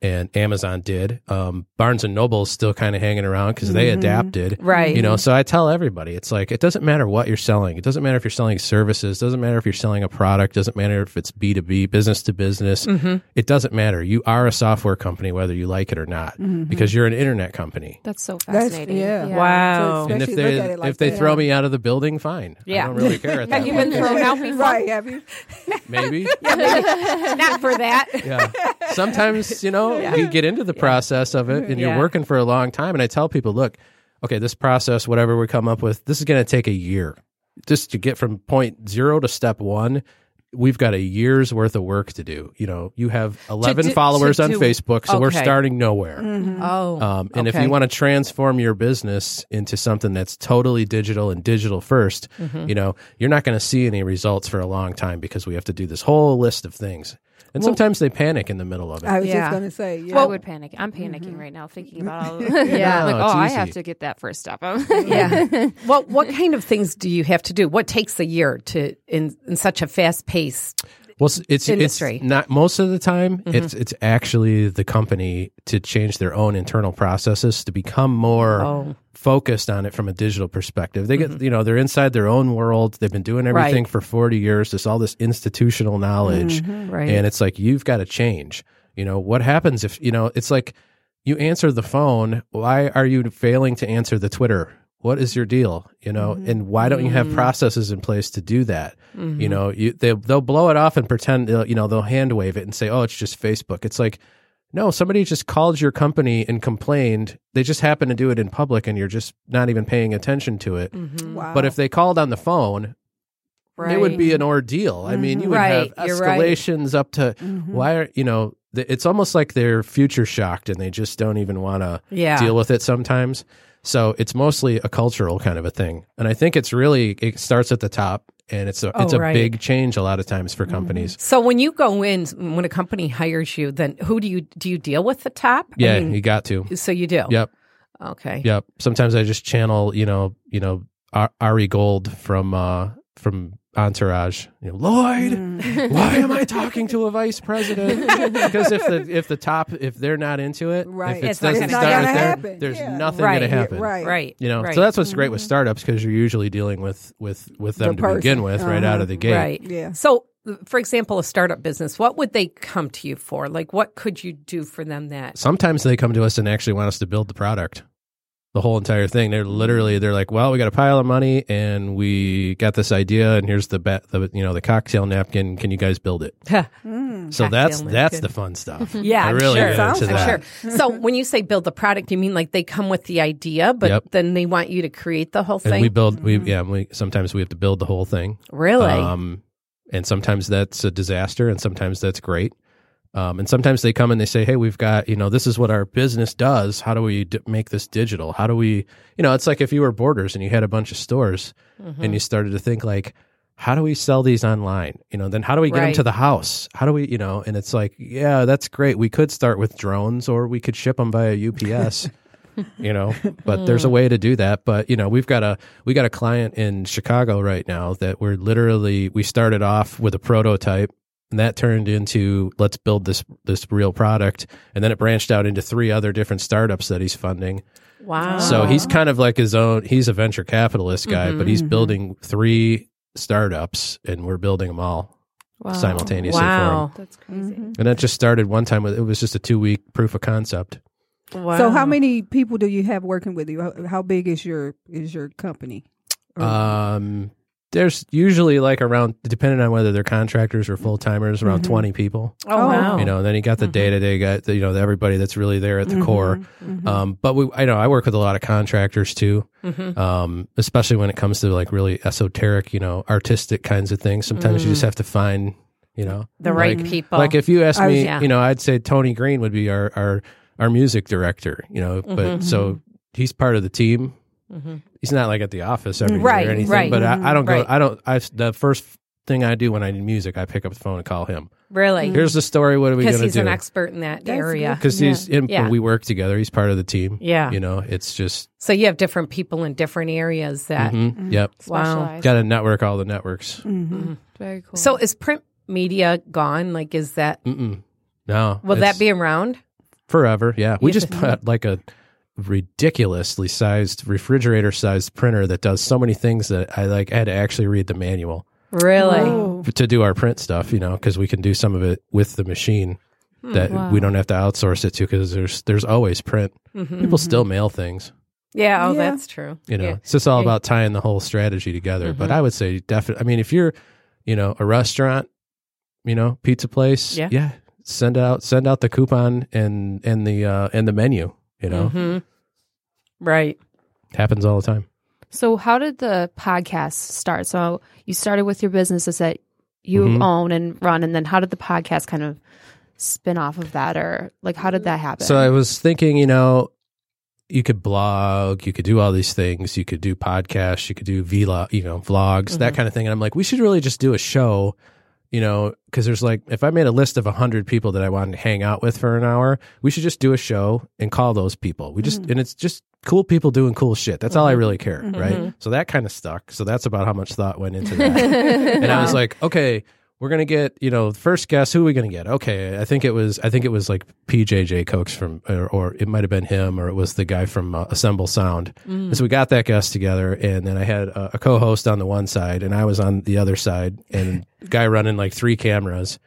[SPEAKER 7] And Amazon did. Um, Barnes and Noble's still kind of hanging around because they adapted.
[SPEAKER 5] Right.
[SPEAKER 7] You know, so I tell everybody, it's like it doesn't matter what you're selling. It doesn't matter if you're selling services. Doesn't matter if you're selling a product. Doesn't matter if it's B two B, business to business. It doesn't matter. You are a software company, whether you like it or not, because you're an internet company.
[SPEAKER 6] That's so
[SPEAKER 4] That's-
[SPEAKER 6] fascinating.
[SPEAKER 4] yeah.
[SPEAKER 5] Wow.
[SPEAKER 7] and if
[SPEAKER 4] Especially
[SPEAKER 7] they
[SPEAKER 4] look at it like
[SPEAKER 7] if they
[SPEAKER 4] that.
[SPEAKER 7] throw me out of the building, fine.
[SPEAKER 5] Yeah.
[SPEAKER 7] I don't really care at that
[SPEAKER 5] Have you been
[SPEAKER 7] point.
[SPEAKER 5] thrown out before?
[SPEAKER 4] right? Have you?
[SPEAKER 7] Maybe.
[SPEAKER 5] Not for that.
[SPEAKER 7] yeah. Sometimes, you know, you get into the process of it and
[SPEAKER 5] Yeah.
[SPEAKER 7] you're working for a long time. And I tell people, look, okay, this process, whatever we come up with, this is going to take a year just to get from point zero to step one. We've got a year's worth of work to do. You know, you have 11
[SPEAKER 5] do-
[SPEAKER 7] followers
[SPEAKER 5] to
[SPEAKER 7] on
[SPEAKER 5] do-
[SPEAKER 7] Facebook, so we're
[SPEAKER 5] okay.
[SPEAKER 7] starting nowhere.
[SPEAKER 5] Oh.
[SPEAKER 7] Um, and if
[SPEAKER 5] Okay.
[SPEAKER 7] you want to transform your business into something that's totally digital and digital 1st
[SPEAKER 5] Mm-hmm.
[SPEAKER 7] you know, you're not going to see any results for a long time because we have to do this whole list of things. And sometimes they panic in the middle of it.
[SPEAKER 4] I was
[SPEAKER 5] Yeah.
[SPEAKER 4] just gonna say. Yeah.
[SPEAKER 6] I would panic. I'm panicking right now thinking about all of it.
[SPEAKER 5] Yeah.
[SPEAKER 6] I'm like,
[SPEAKER 7] Mm-hmm. No,
[SPEAKER 6] oh,
[SPEAKER 7] it's
[SPEAKER 6] I
[SPEAKER 7] easy.
[SPEAKER 6] have to get that first step.
[SPEAKER 5] yeah. Well, what kind of things do you have to do? What takes a year to in in such a fast pace?
[SPEAKER 7] well, s- it's
[SPEAKER 5] Industry. Mm-hmm.
[SPEAKER 7] it's not most of the time. It's it's actually the company to change their own internal processes to become more
[SPEAKER 5] Oh. Mm-hmm.
[SPEAKER 7] focused on it from a digital perspective. They get you know they're inside their own world. They've been doing everything
[SPEAKER 5] Right.
[SPEAKER 7] for forty years. There's all this institutional knowledge,
[SPEAKER 5] Right.
[SPEAKER 7] and it's like you've got to change. You know what happens if you know it's like you answer the phone. Why are you failing to answer the Twitter? What is your deal? You know, and why don't you have processes in place to do that? You know, you, they they'll blow it off and pretend they'll- you know they'll hand wave it and say, oh, it's just Facebook. It's like no, somebody just called your company and complained. They just happened to do it in public, and you're just not even paying attention to it.
[SPEAKER 4] Mm-hmm. Wow.
[SPEAKER 7] But if they called on the phone,
[SPEAKER 5] Right.
[SPEAKER 7] it would be an ordeal. I mean, you would
[SPEAKER 5] Right,
[SPEAKER 7] have
[SPEAKER 5] you're right. Mm-hmm.
[SPEAKER 7] escalations up to why are you know? th- It's almost like they're future shocked and they just don't even want to
[SPEAKER 5] Yeah.
[SPEAKER 7] deal with it sometimes. So it's mostly a cultural kind of a thing. And I think it's really it starts at the top and it's a it's a
[SPEAKER 5] Oh, right.
[SPEAKER 7] big change a lot of times for companies.
[SPEAKER 5] So when you go in, when a company hires you, then who do you do you deal with the top? Mm-hmm. I
[SPEAKER 7] Yeah,
[SPEAKER 5] mean,
[SPEAKER 7] you got to.
[SPEAKER 5] so you do.
[SPEAKER 7] Yep.
[SPEAKER 5] Okay.
[SPEAKER 7] Yep. Sometimes I just channel, you know, you know, Ar- Ari Gold from uh from Entourage. You know, Lloyd,
[SPEAKER 5] Mm.
[SPEAKER 7] why am I talking to a vice president? because if the if the top if they're not into it,
[SPEAKER 5] Right.
[SPEAKER 7] if it
[SPEAKER 5] It's not
[SPEAKER 7] doesn't
[SPEAKER 5] gonna
[SPEAKER 7] start
[SPEAKER 5] happen.
[SPEAKER 7] with
[SPEAKER 5] It's
[SPEAKER 4] not
[SPEAKER 7] there,
[SPEAKER 4] gonna
[SPEAKER 7] there's
[SPEAKER 4] happen. Yeah.
[SPEAKER 7] nothing
[SPEAKER 5] Right.
[SPEAKER 7] going to happen.
[SPEAKER 4] Right.
[SPEAKER 5] Right.
[SPEAKER 7] You know,
[SPEAKER 5] Right. Mm-hmm.
[SPEAKER 7] so that's what's great with startups because you're usually dealing with with with them
[SPEAKER 4] The
[SPEAKER 7] to
[SPEAKER 4] person.
[SPEAKER 7] begin with right out of the gate.
[SPEAKER 5] Uh-huh. Right.
[SPEAKER 4] Yeah.
[SPEAKER 5] So, for example, a startup business, what would they come to you for? Like, what could you do for them that?
[SPEAKER 7] sometimes they come to us and actually want us to build the product the whole entire thing
[SPEAKER 5] Mm-hmm.
[SPEAKER 7] they're literally they're like well we got a pile of money and we got this idea and here's the bet the you know the cocktail napkin can you guys build it so that's
[SPEAKER 5] Mm. Cocktail
[SPEAKER 7] that's
[SPEAKER 5] napkin.
[SPEAKER 7] the fun stuff
[SPEAKER 5] Yeah,
[SPEAKER 7] I
[SPEAKER 5] I'm
[SPEAKER 7] really
[SPEAKER 5] sure.
[SPEAKER 7] get into
[SPEAKER 5] I'm
[SPEAKER 7] that.
[SPEAKER 5] sure. So when you say build the product, you mean like they come with the idea, but
[SPEAKER 7] Yep.
[SPEAKER 5] then they want you to create the whole
[SPEAKER 7] and
[SPEAKER 5] thing.
[SPEAKER 7] we build
[SPEAKER 5] Mm-hmm.
[SPEAKER 7] we yeah we sometimes we have to build the whole thing
[SPEAKER 5] really?
[SPEAKER 7] Um, and sometimes that's a disaster, and sometimes that's great. Um, and sometimes they come and they say, "Hey, we've got you know this is what our business does. How do we d- make this digital? How do we you know it's like if you were Borders and you had a bunch of stores and you started to think like." How do we sell these online? You know, then how do we get them
[SPEAKER 5] Right.
[SPEAKER 7] to the house? How do we, you know? And it's like, yeah, that's great. We could start with drones, or we could ship them via UPS. you know but there's a way to do that but you know we've got a we got a client in chicago right now that we're literally we started off with a prototype and that turned into let's build this this real product and then it branched out into three other different startups that he's funding
[SPEAKER 6] oh,
[SPEAKER 5] wow.
[SPEAKER 7] so he's kind of like his own he's a venture capitalist guy but he's building three startups and we're building them all simultaneously for
[SPEAKER 5] wow.
[SPEAKER 7] him
[SPEAKER 6] That's crazy.
[SPEAKER 7] and that just started one time with it was just a two week proof of concept
[SPEAKER 5] wow.
[SPEAKER 4] So how many people do you have working with you? How, how big is your is your company? Or-
[SPEAKER 7] Um, there's usually like around, depending on whether they're contractors or full timers, around 20 people.
[SPEAKER 5] Oh, Mm-hmm. wow.
[SPEAKER 7] You know, and then you got the day to day guy, the- you know, the- everybody that's really there at the
[SPEAKER 5] Mm-hmm.
[SPEAKER 7] core. Um, but we, I know I work with a lot of contractors too.
[SPEAKER 5] Mm-hmm.
[SPEAKER 7] Um, especially when it comes to like really esoteric, you know, artistic kinds of things. Sometimes
[SPEAKER 5] Mm.
[SPEAKER 7] you just have to find, you know,
[SPEAKER 5] the right
[SPEAKER 7] like-
[SPEAKER 5] people.
[SPEAKER 7] Like if you asked
[SPEAKER 4] I was-
[SPEAKER 7] me,
[SPEAKER 5] yeah.
[SPEAKER 7] you know, I'd say Tony Green would be our our our music director. You know, but
[SPEAKER 5] Mm-hmm.
[SPEAKER 7] so he's part of the team. He's not like at the office every
[SPEAKER 5] Right,
[SPEAKER 7] day or anything.
[SPEAKER 5] right.
[SPEAKER 7] But I, I don't go.
[SPEAKER 5] Right.
[SPEAKER 7] I don't. I the first thing I do when I need music, I pick up the phone and call him.
[SPEAKER 5] really,
[SPEAKER 7] Here's the story. What are we going
[SPEAKER 5] because
[SPEAKER 7] to
[SPEAKER 5] he's an
[SPEAKER 7] do?
[SPEAKER 5] expert in that area.
[SPEAKER 7] Because he's in,
[SPEAKER 5] Yeah.
[SPEAKER 7] we work together. He's part of the team.
[SPEAKER 5] Yeah.
[SPEAKER 7] You know, it's just.
[SPEAKER 5] So you have different people in different areas that. Mm-hmm.
[SPEAKER 7] mhm, Yep.
[SPEAKER 5] Wow.
[SPEAKER 6] Specialized.
[SPEAKER 7] Got to network all the networks.
[SPEAKER 5] Mm.
[SPEAKER 6] Very cool.
[SPEAKER 5] So is print media gone? Like, is that
[SPEAKER 7] Mm-mm. No.
[SPEAKER 5] will
[SPEAKER 7] it's-
[SPEAKER 5] that be around?
[SPEAKER 7] forever. Yeah, we just bought like a ridiculously sized refrigerator sized printer that does so many things that I like I had to actually read the manual
[SPEAKER 5] Really?
[SPEAKER 7] to do our print stuff, you know, cuz we can do some of it with the machine
[SPEAKER 5] Hmm,
[SPEAKER 7] that we don't have to outsource it to cuz there's there's always print.
[SPEAKER 5] Mm-hmm.
[SPEAKER 7] People still mail things,
[SPEAKER 5] Yeah. Oh,
[SPEAKER 4] Yeah.
[SPEAKER 5] that's true.
[SPEAKER 7] you know.
[SPEAKER 5] Yeah. Mm-hmm.
[SPEAKER 7] It's just all about tying the whole strategy together, but I would say definitely I mean if you're, you know, a restaurant, you know, pizza place,
[SPEAKER 5] Yeah.
[SPEAKER 7] yeah send out send out the coupon and and the uh and the menu, you know.
[SPEAKER 5] Mm-hmm. Right.
[SPEAKER 7] happens all the time.
[SPEAKER 6] So, how did the podcast start? So, you started with your businesses that you
[SPEAKER 7] Mm-hmm.
[SPEAKER 6] own and run, and then how did the podcast kind of spin off of that, or like how did that happen?
[SPEAKER 7] So I was thinking, you know, you could blog, you could do all these things, you could do podcasts, you could do vlog, you know, vlogs, that kind of thing. And I'm like, we should really just do a show, you know, because there's like, if I made a list of hundred people that I wanted to hang out with for an hour, we should just do a show and call those people. We just and it's just cool people doing cool shit. That's all I really care, right? So that kind of stuck. So that's about how much thought went into that. and I was like, okay. We're gonna get, you know, first guess. Who are we gonna get? Okay, I think it was, I think it was like PJJ Cokes from, or, or it might have been him, or it was the guy from uh, Assemble Sound. And so we got that guest together, and then I had a, a co-host on the one side, and I was on the other side, and guy running like three cameras,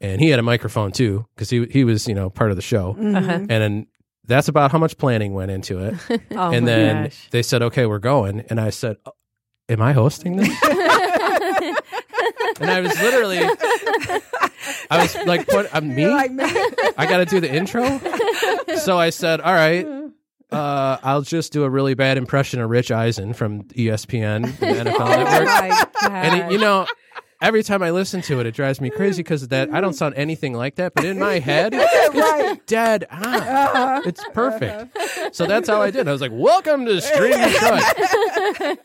[SPEAKER 7] and he had a microphone too because he he was you know part of the show, and then that's about how much planning went into it,
[SPEAKER 5] Oh,
[SPEAKER 7] and
[SPEAKER 5] my
[SPEAKER 7] then
[SPEAKER 5] gosh.
[SPEAKER 7] they said, "Okay, we're going," and I said, "Oh, "Am I hosting this?" and I was literally, I was like, "What? I'm me? I got to do the intro?" so I said, "All right." Uh, I'll just do a really bad E impression of Rich Eisen from ESPN, the NFL Network.
[SPEAKER 5] my
[SPEAKER 7] And it- you know, every time I listen to it, it drives me crazy because that I don't sound anything like that. But in my head, it's dead on. It's perfect. So that's all I did. I was like, "Welcome to Stream Detroit,"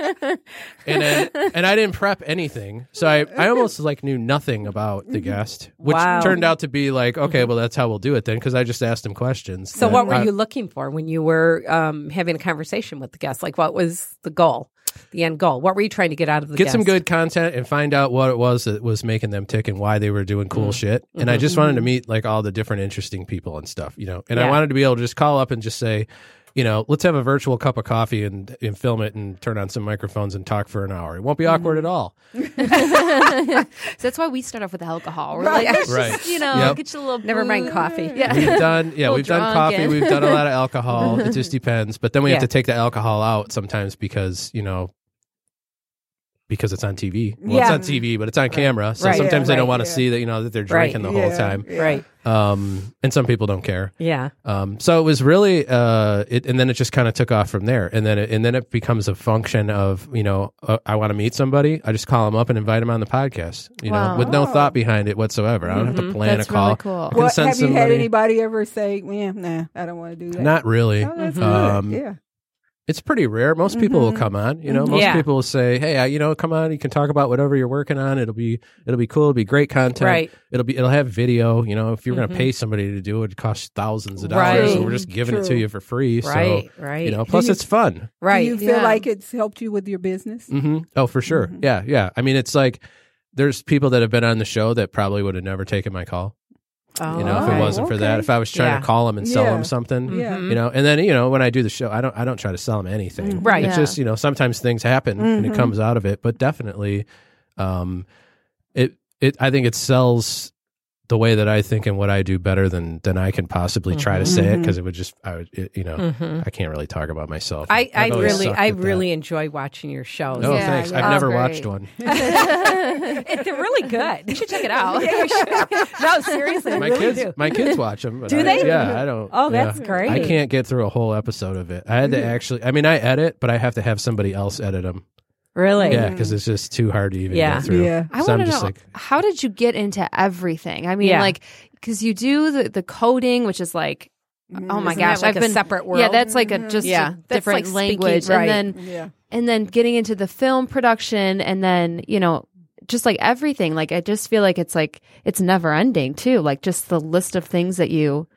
[SPEAKER 7] and then, and I didn't prep anything. So I, I almost like knew nothing about the guest, which
[SPEAKER 5] Mm-hmm. Wow. Mm-hmm.
[SPEAKER 7] turned out to be like, okay, well that's how we'll do it then because I just asked him questions. Uh,
[SPEAKER 5] So,
[SPEAKER 7] that
[SPEAKER 5] what were
[SPEAKER 7] I-
[SPEAKER 5] you looking for when you were um, having a conversation with the guest? Like, what was the goal, the end goal? What were you trying to get out of the
[SPEAKER 7] get
[SPEAKER 5] guest?
[SPEAKER 7] some good content and find out what it was that was making them tick and why they were doing
[SPEAKER 5] Mm-hmm.
[SPEAKER 7] cool shit. And I just wanted to meet like all the different interesting people and stuff, you know. And I
[SPEAKER 5] Yeah.
[SPEAKER 7] wanted to be able to just call up and just say, you know, let's have a virtual cup of coffee and, and film it and turn on some microphones and talk for an hour. It won't be awkward at
[SPEAKER 5] Mm-hmm.
[SPEAKER 7] all.
[SPEAKER 6] So that's why we start off with alcohol. We're like, let's
[SPEAKER 7] Right.
[SPEAKER 6] just, you know,
[SPEAKER 7] Yep.
[SPEAKER 6] get you a little.
[SPEAKER 5] Never mind
[SPEAKER 6] booze.
[SPEAKER 5] coffee.
[SPEAKER 6] Yeah.
[SPEAKER 7] We've done yeah, we've done
[SPEAKER 6] drunk
[SPEAKER 7] coffee,
[SPEAKER 6] and-
[SPEAKER 7] we've done a lot of alcohol. It just depends. But then we
[SPEAKER 5] Yeah.
[SPEAKER 7] have to take the alcohol out sometimes because, you know, because it's on TV. Well,
[SPEAKER 4] Yeah.
[SPEAKER 7] it's on TV, but it's on camera. So
[SPEAKER 5] Right. Yeah,
[SPEAKER 7] sometimes they don't
[SPEAKER 4] right,
[SPEAKER 7] want to
[SPEAKER 4] yeah.
[SPEAKER 7] see that, you know, that they're
[SPEAKER 5] Right.
[SPEAKER 7] drinking the whole time.
[SPEAKER 5] Right.
[SPEAKER 7] um, and some people don't care.
[SPEAKER 5] Yeah.
[SPEAKER 7] Um, so it was really, uh, it, and then it just kind of took off from there, and then it, and then it becomes a function of you know uh, I want to meet somebody, I just call them up and invite them on the podcast, you
[SPEAKER 6] Wow.
[SPEAKER 7] know, with no thought behind it whatsoever. I don't have to plan
[SPEAKER 6] That's
[SPEAKER 7] a call.
[SPEAKER 6] really cool.
[SPEAKER 7] I can
[SPEAKER 4] What,
[SPEAKER 7] send
[SPEAKER 4] have you had
[SPEAKER 7] somebody-
[SPEAKER 4] anybody ever say, "Yeah, nah, I don't want to do that"?
[SPEAKER 7] Not really.
[SPEAKER 4] Oh, that's
[SPEAKER 5] Mm-hmm.
[SPEAKER 7] Um,
[SPEAKER 4] good. Yeah.
[SPEAKER 7] It's pretty rare. Most people
[SPEAKER 4] Mm-hmm.
[SPEAKER 7] will come on. You know, most
[SPEAKER 5] Yeah.
[SPEAKER 7] people will say, "Hey, I, you know, come on. You can talk about whatever you're working on. It'll be, it'll be cool. It'll be great content.
[SPEAKER 5] Right. Mm-hmm.
[SPEAKER 7] It'll be, it'll have video. You know, if you're going to pay somebody to do it, it costs thousands of dollars. So
[SPEAKER 5] Right.
[SPEAKER 7] we're just giving it to
[SPEAKER 4] True.
[SPEAKER 7] you for free.
[SPEAKER 5] Right,
[SPEAKER 7] So,
[SPEAKER 5] right.
[SPEAKER 7] You know, plus
[SPEAKER 4] you-
[SPEAKER 7] it's fun.
[SPEAKER 5] Right.
[SPEAKER 4] Do you feel
[SPEAKER 6] yeah.
[SPEAKER 4] like it's helped you with your business?
[SPEAKER 7] hmm Oh, for sure.
[SPEAKER 4] Mm-hmm.
[SPEAKER 7] Yeah, yeah. I mean, it's like there's people that have been on the show that probably would have never taken my call. You know, if
[SPEAKER 4] okay.
[SPEAKER 7] it
[SPEAKER 5] Oh.
[SPEAKER 7] wasn't for that,
[SPEAKER 4] Okay.
[SPEAKER 7] if I was trying
[SPEAKER 5] Yeah.
[SPEAKER 7] to call them and sell
[SPEAKER 4] Yeah.
[SPEAKER 7] them something,
[SPEAKER 4] Yeah.
[SPEAKER 7] Mm-hmm. you know. And then you know, when I do the show, I don't, I don't try to sell them anything.
[SPEAKER 5] Mm-hmm. Right. Mm-hmm.
[SPEAKER 7] It's
[SPEAKER 6] Yeah.
[SPEAKER 7] just you know, sometimes things happen and it comes out of it, but definitely, um, it, it. I think it sells the way that I think and what I do better than than I can possibly try to
[SPEAKER 5] Mm-hmm.
[SPEAKER 7] say it because it would just, I would, it, you know, I can't really talk about myself.
[SPEAKER 5] I, I
[SPEAKER 7] I've always
[SPEAKER 5] really,
[SPEAKER 7] sucked
[SPEAKER 5] I
[SPEAKER 7] at that.
[SPEAKER 5] really enjoy watching your shows.
[SPEAKER 7] Oh,
[SPEAKER 6] Yeah,
[SPEAKER 7] thanks.
[SPEAKER 6] yeah.
[SPEAKER 7] I've never
[SPEAKER 6] Oh,
[SPEAKER 7] watched
[SPEAKER 6] great.
[SPEAKER 7] one.
[SPEAKER 5] It- They're really good.
[SPEAKER 6] You should check it out.
[SPEAKER 5] no, seriously, I
[SPEAKER 7] my
[SPEAKER 5] really
[SPEAKER 7] kids
[SPEAKER 5] do.
[SPEAKER 7] my kids watch them but
[SPEAKER 5] Do
[SPEAKER 7] I,
[SPEAKER 5] they?
[SPEAKER 7] yeah i don't
[SPEAKER 5] Oh,
[SPEAKER 7] yeah.
[SPEAKER 5] that's great. Mm-hmm.
[SPEAKER 7] i can't get through a whole episode of it i had to actually i mean i edit but i have to have somebody else edit them
[SPEAKER 5] Really?
[SPEAKER 7] yeah because it's just too hard to even
[SPEAKER 5] Yeah.
[SPEAKER 7] get through
[SPEAKER 4] Yeah.
[SPEAKER 6] I
[SPEAKER 7] so
[SPEAKER 6] want
[SPEAKER 7] i'm
[SPEAKER 6] to know
[SPEAKER 7] just like
[SPEAKER 6] how did you get into everything? I mean,
[SPEAKER 5] Yeah.
[SPEAKER 6] like because you do the the coding, which is like, oh my
[SPEAKER 5] Isn't
[SPEAKER 6] gosh,
[SPEAKER 5] that like
[SPEAKER 6] I've
[SPEAKER 5] a
[SPEAKER 6] been
[SPEAKER 5] separate world?
[SPEAKER 6] Yeah, that's like a just
[SPEAKER 5] Yeah.
[SPEAKER 6] a
[SPEAKER 5] That's like
[SPEAKER 6] different
[SPEAKER 5] speaking,
[SPEAKER 6] language,
[SPEAKER 5] right.
[SPEAKER 6] and then
[SPEAKER 4] Yeah.
[SPEAKER 6] and then getting into the film production, and then you know. Just like everything, like I just feel like it's like it's never ending too. Like just the list of things that you